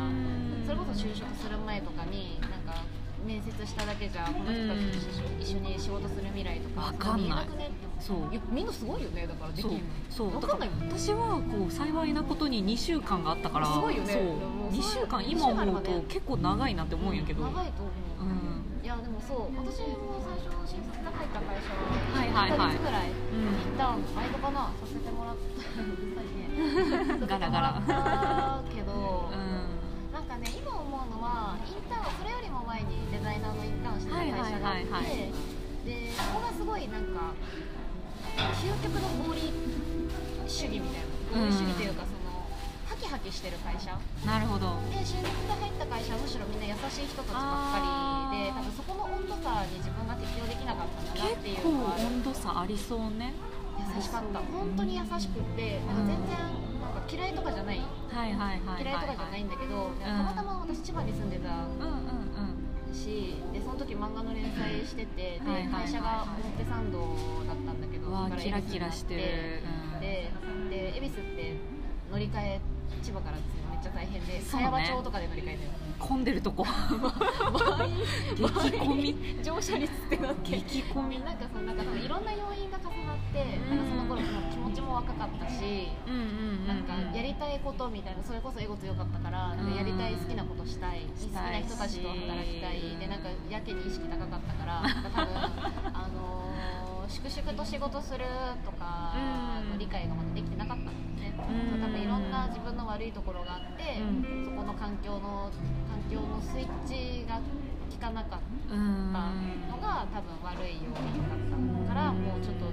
S1: それこそ就職する前とかになんか面接しただけじゃこの人たちと一緒に仕事する未来とか
S2: わかんな
S1: 見えな
S2: い
S1: くねって思
S2: そう
S1: いやみんなすごいよねだからできる
S2: そうそう
S1: わ
S2: だ
S1: か
S2: か
S1: んな
S2: ら
S1: いもん
S2: 私はこう幸いなことに2週間があったから
S1: すごいよね
S2: そう
S1: もう
S2: 2週間今思うと結構長いなって思うんやけど、うん
S1: 長いと思う、いやでもそう私も最初新卒で入った会社
S2: はいはいはい
S1: 1ヶ月ぐらい
S2: うん
S1: インターンバイトかなさせてもらったうるさ いね
S2: ガラガ
S1: さ
S2: ラ
S1: せてもらったけど、
S2: う
S1: なんかね今思うのはインターンそれよりも前にデザイナーのインターンしてた会社があって、
S2: はいはいはいはい
S1: でそこがすごいなんか究極の合理主義みたいな合理主義というかその、ハキハキしてる会社
S2: んなるほど
S1: で新卒で入った会社はむしろみんな優しい人たちばっかりで
S2: あー
S1: 多分そこの温度差に自分が適応できなかったんだなってい
S2: 結
S1: う
S2: 構
S1: のは
S2: 温度差ありそうね
S1: 優しかった本当に優しくってなんか全然なんか嫌いとかじゃない
S2: はいはいはいはい、はい、
S1: 嫌いとかじゃないんだけど、たまたま私千葉に住んでた
S2: うんうんうん
S1: しでその時漫画の連載しててで
S2: はいはいはいはい
S1: 会社が表参道だったんだけど
S2: うわ
S1: そこ
S2: ーキ
S1: から
S2: ラ
S1: 恵比寿
S2: キ
S1: にな
S2: ラ
S1: っ
S2: してる、うん
S1: でで恵比寿って乗り換え千葉からですよめっちゃ大変で
S2: そう
S1: 茅
S2: ね
S1: 場町とかで乗り換え
S2: 混んでるとこ
S1: て
S2: 激
S1: る
S2: 混み
S1: 乗車率ってな って
S2: 激混み
S1: なんかそのなんか多分いろんな要因が重なってなんかその頃もう気持ちも若かったし
S2: うんうんうんうん
S1: なんかやりたいことみたいなそれこそエゴ強かったからなんかやりたい好きなことしたい好き
S2: した
S1: ない
S2: し
S1: 人たちと働きたいでなんかやけに意識高かった からなんか多分あのー粛々と仕事するとか
S2: うん
S1: 理解がまだできてなかったんだよね
S2: うん
S1: 多分いろんな自分の悪いところがあって
S2: うん
S1: そこの環境の環境のスイッチが効かなかった
S2: うん
S1: のが多分悪い要因だったからもうちょっと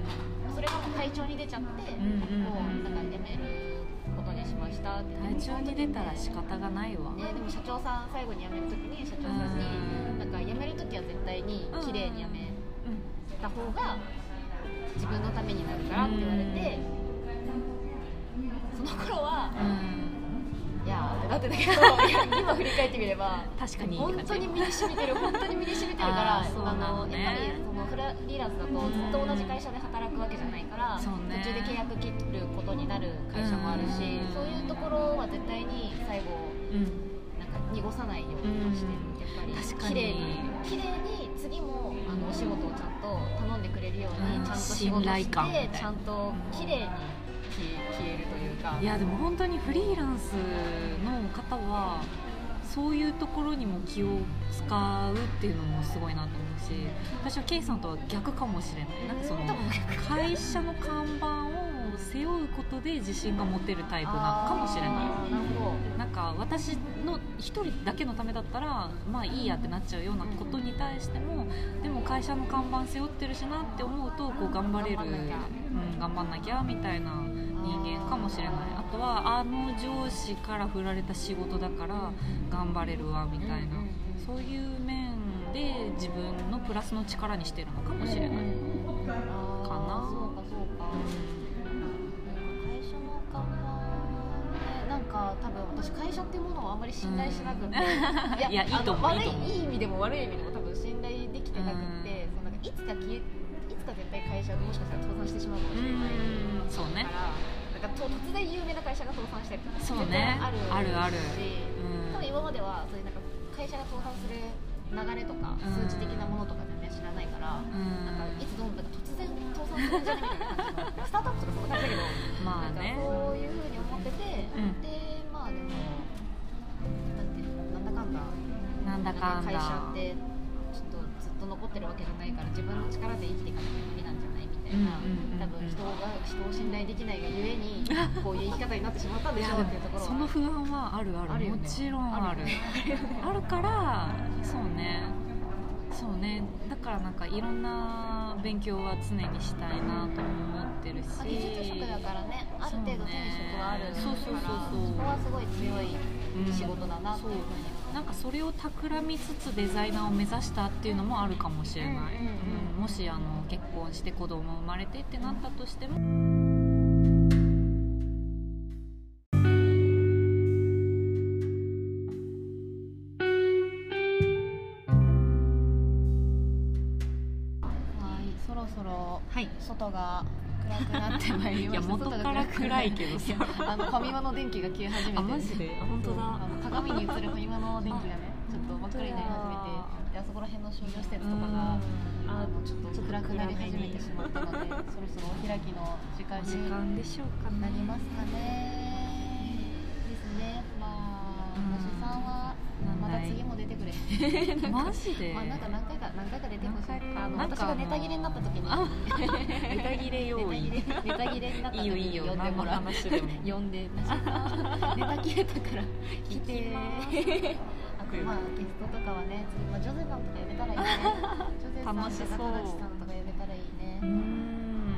S1: それがもう体調に出ちゃって、
S2: うんうん
S1: もうなんかやめることにしましたって
S2: 体調に出たら仕
S1: ね
S2: 方がないわ、
S1: でも社長さん最後に辞めるときに社長さんに
S2: うん
S1: なんか辞めるときは絶対に綺麗に辞め
S2: う
S1: た方が自分のためになるからって言われてその頃は
S2: んうん
S1: いやーってなってた けどいや今振り返ってみれば
S2: 確かにいい感
S1: 本
S2: じ
S1: 当に身に染み てる本当に身に染みてるから
S2: あーそうなのね
S1: やっぱりそのフラフリーランスだとずっと同じ会社で働くわけじゃないから、
S2: そうね
S1: 途中で契約切ることになる会社もあるし、
S2: うん
S1: そういうところは絶対に最後
S2: うん
S1: なんか濁さないようにしてる、
S2: うん
S1: やっぱり
S2: 確か
S1: 綺
S2: に
S1: 麗に綺麗に次もあのお仕事をちゃんと頼んでくれるように、
S2: うん
S1: ちゃんと仕事
S2: 信頼感みた
S1: し
S2: い
S1: て
S2: な
S1: ちゃんと綺麗に消え消えるというか
S2: いやでも本当にフリーランスの方はそういうところにも気を使うっていうのもすごいなと思うし私はケイさんとは逆かもしれないなんかその
S1: 多分
S2: 会社の看板を背負うことで自信が持てるタイプなのかもしれない
S1: あーなるほど
S2: なんか私の一人だけのためだったらまあいいやってなっちゃうようなことに対してもでも会社の看板背負ってるしなって思うとこう頑張れる
S1: 頑張んなきゃ
S2: うん、頑張んなきゃみたいな人間かもしれないあとはあの上司から振られた仕事だから頑張れるわみたいな
S1: うんうんうん
S2: そういう面で自分のプラスの力にしてるのかもしれない。
S1: かなそうかそうか会社の看板ねなんか多分私会社っていうものをあんまり信頼しなくて、
S2: んいやいいと思う
S1: あの
S2: いいと
S1: 悪
S2: 思う
S1: いいい意味でも悪い意味でも多分信頼できてなくて、そのなんかいつか消えいつか絶対会社がもしかしたら倒産してしまうかもしれない
S2: うんそうね
S1: からなんかと突然有名な会社が倒産したりとか
S2: そうね
S1: 絶対ある
S2: あるある
S1: し
S2: うん
S1: 多分今まではそういうなんか会社が倒産する流れとか
S2: うん
S1: 数値的なものとか全然知らないから、
S2: うん
S1: なんかいつどんどん突然倒産するんじゃないみたいな感じのスタートアップとかそんな感じだけど、
S2: まあ
S1: なん
S2: ね
S1: かそういうふうに思ってて、
S2: うん
S1: でまあでもだってなんだかんだ
S2: なんだかんだ
S1: 会社ってちょっとずっと残ってるわけじゃないから自分の力で生きていかなきゃ無理なんじゃないみたいな、
S2: うんうんうんうん
S1: 多分人が人を信頼できないがゆえにこういう生き方になってしまったんでしょうっていうところは
S2: その不安はあるある
S1: あるよね
S2: もちろんある
S1: あるよね
S2: あるからそうねそうねだからなんかいろんな勉強は常にしたいなとも思ってるし
S1: まあ技術職だからねある程度手に職はあるから
S2: そうねそうそうそうそう
S1: こはすごい強い仕事だなっていうふうに、
S2: なんかそれを企みつつデザイナーを目指したっていうのもあるかもしれない、
S1: うんうんうん
S2: うんもしあの結婚して子供生まれてってなったとしても
S3: はい、そろそろ
S2: はい
S3: 外が暗くなってまいりました
S2: いや元から暗いけど
S3: 外
S2: さ
S3: が暗くなってあのファミマの電気が消え始めて
S2: あマジであ本当だ
S3: あの鏡に映るファミマの電気がね
S1: ちょっと真っ暗になり始めてであそこら辺の商業施設とかが、あ
S2: あ
S1: のちょっと暗くなり始めてしまったのでそろそろお開きの時間
S2: お時
S1: に
S2: 間でしょうか
S1: な
S2: ね
S1: りますかねですねまあ
S2: うん
S1: 星さんはまた次も出てくれ
S2: マジで
S1: まあなんか何回か何回か出てほし
S2: 何回
S1: い
S2: か
S1: あの
S2: なん
S1: 私
S2: か
S1: がネタ切れになった時に
S2: あネタ切れ用意
S1: ネタ切れネタ切れになった
S2: い
S1: 時
S2: いよいい
S1: に
S2: よ
S1: 呼んでもらう
S2: 何の話でも
S1: 呼んで私がネタ 切れたから来てあとまあゲストとかはね次まあジョゼさんとか呼べたらいいねジョゼさんとか
S2: 楽しそう
S1: 高梨さんとか呼べたらいいね
S2: うー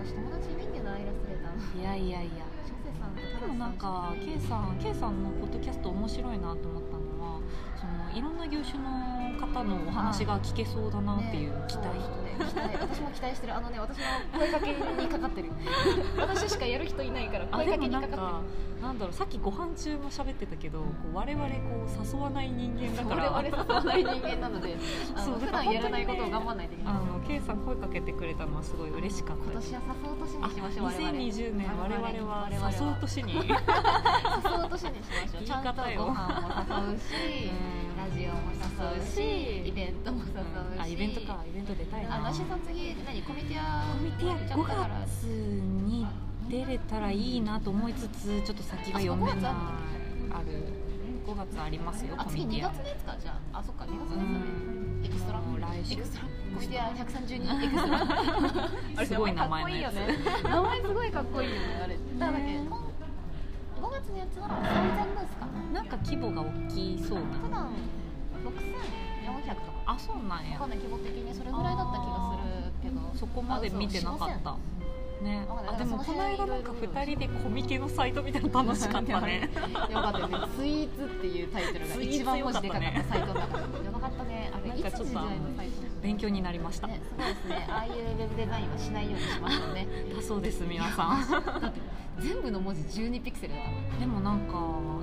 S1: あとイラスト
S2: ん
S1: 私友達いないんだよなイラストレーターの
S2: いやいやいや
S1: 小生さんと
S2: でもなんか K さん K さんのポッドキャスト面白いなと思ったのはそのいろんな業種の方のお話が聞けそうだなっていう期待、
S1: 期待私も期待してるあのね私も声かけにかかってる 私しかやる人いないから
S2: あ
S1: 声
S2: で
S1: か
S2: も
S1: けに
S2: な
S1: か
S2: ん
S1: かってる
S2: かなんだろうさっきご飯中も喋ってたけどこう我々こう誘わない人間だか
S1: 我
S2: ら
S1: 々誘わない人間なのであ
S2: そ
S1: の
S2: う
S1: 普段やらないことを頑張らないといけない
S2: あの K さん声かけてくれたのはすごい嬉しかった
S1: 今
S2: です
S1: 年は誘う年
S2: あ
S1: にしましょう我々
S2: 2020年我々は
S1: 我々
S2: 誘う年に
S1: 誘う年にしましょ
S2: 言
S1: う
S2: い
S1: ちゃんと
S2: 方よ
S1: ご飯も誘うしラジオも誘うしイベントも誘うし
S2: あイベントかイベント出たい
S1: あ
S2: な
S1: 梨さん次何コミティア
S2: コミティア
S1: ちゃ
S2: 5
S1: ったから
S2: 月に出れたらいいなと思いつつちょっと先が読めない
S1: あ
S2: ある5月ありますよ
S1: あ
S2: コミ
S1: 次
S2: テ
S1: 2
S2: ィア
S1: 月のやつかじゃああそっか2月の
S2: う
S1: や
S2: ん
S1: つだねエクストラ
S2: もう来週
S1: エクストラコミティア132エクスト ラあれ
S2: すごい名前のやつ
S1: かっこいいよね名前すごいかっこいいよねあれだからだけど5月のやつは3000ブースかな
S2: なんか規模が大きそうな
S1: 普段6400とか
S2: あそうなん
S1: わ
S2: や
S1: かんない規模的にそれぐらいだった気がするけど
S2: そこまで見てなかったね
S1: わかんない
S2: あでも
S1: なんか
S2: こ
S1: その
S2: の
S1: 辺
S2: 間なんか2人でコミケのサイトみたいなの楽しかった ね
S1: よかったよね「スイーツ」っていうタイトルが一番文字でかかったサイトの中でやばかったねあ
S2: な
S1: れ
S2: ん
S1: い
S2: か
S1: つ
S2: ちょっ
S1: の時
S2: と
S1: 代のサイト
S2: 勉強になりました
S1: ね、すごいですねああいうウェブデザインはしないようにしましたね
S2: だそうです皆 さ
S1: だって全部の文字12ピクセルだから
S2: んでもなんか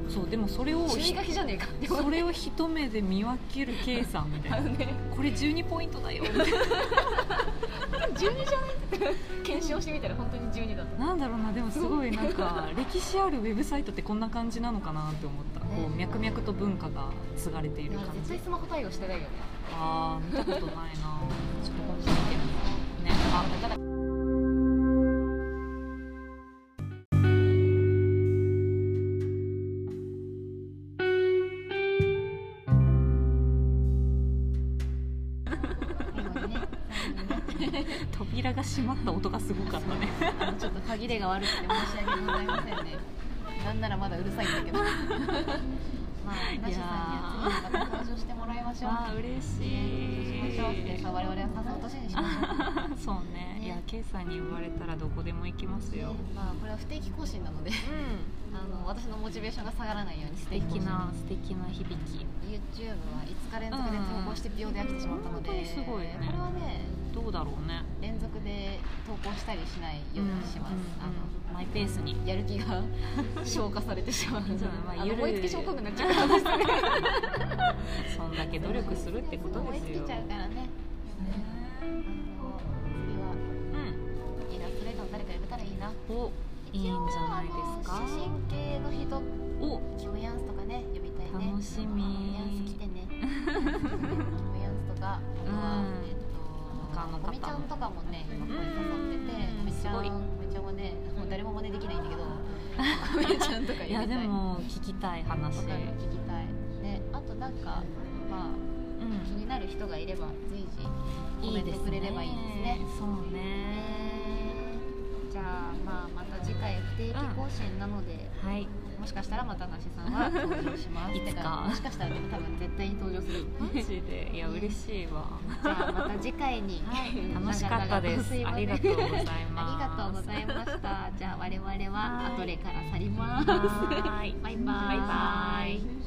S2: そうでもそれを
S1: 注意書きじゃねえかって
S2: それを一目で見分ける K さんみたいな
S1: ね
S2: これ12ポイントだよ
S1: 12じゃないって検証してみたら本当に12だっ
S2: なんだろうなでもすごいなんか歴史あるウェブサイトってこんな感じなのかなって思ったこう
S1: ね
S2: 脈々と文化が継がれてい
S1: た
S2: る感
S1: 絶
S2: じ
S1: 対スマホ対応してないよね
S2: ああ見たことないなちょっと今度見てみようねあ
S1: 今ね
S2: 扉が閉まった音がすごかったね
S1: あのちょっと歯切れが悪くて申し訳ございませんねなんならまだうるさいんだけどまあナシさんには次また登場してもらいましょう
S2: あー嬉し
S1: ね
S2: い
S1: そうしましょうでさ我々は誘う年にしましょう
S2: そうねいや K さんに言われたらどこでも行きますよ
S1: まあこれは不定期更新なので
S2: う
S1: あの私のモチベーションが下がらないように素
S2: ん素敵な素敵な響き
S1: YouTube は5日連続で投稿して秒で飽きてしまったので、
S2: うん本当にすごいね
S1: これはね
S2: どうだろうね
S1: 連続で投稿したりしないようにします、
S2: うんうんうんマイペースに
S1: あのやる気が消化されてしまうので
S2: そうだねまあ
S1: あの
S2: ゆるい
S1: 燃え尽き症候群になっちゃうからですね
S2: そんだけ努力するってことです
S1: 燃え尽
S2: よ
S1: きちゃうからねあの
S2: うん
S1: 次はイラストレーターの誰かやめたらいいな
S2: おいいんじゃないです
S1: 一応
S2: か
S1: あの写真系の人
S2: お
S1: キムヤンスとかね呼びたいね
S2: 楽し
S1: キムヤンス
S2: み
S1: 来てねキムヤンスとかあとは、
S2: うん
S1: えっと
S2: 他の方
S1: コ
S2: も
S1: ミちゃんとかもね今声誘ってて
S2: うん
S1: コミちゃん
S2: すごい
S1: コミちゃんはねもう誰も真似できないんだけどコミちゃんとか
S2: い
S1: や
S2: や
S1: りた
S2: で
S1: い
S2: も聞きたい話
S1: とか聞きたいねあとなんかまあ
S2: う
S1: 気
S2: ん
S1: になる人がいれば随時コ
S2: い
S1: メ
S2: い
S1: ン
S2: で
S1: ト
S2: す
S1: くれ
S2: ね
S1: ればいいですね
S2: そうね
S1: じゃあまあまた次回不定期更新なので、
S2: はい
S1: もしかしたらまたなしさんは登場します
S2: いつか
S1: てもしかしたらでも多分絶対に登場する
S2: マジでいや嬉しいわ
S1: じゃあまた次回に、
S2: 楽しかったですありがとうござい
S1: あり
S2: ます
S1: がとうございましたじゃあ我々はアトレから去ります
S2: はーい
S1: バイバイ
S2: バイバイ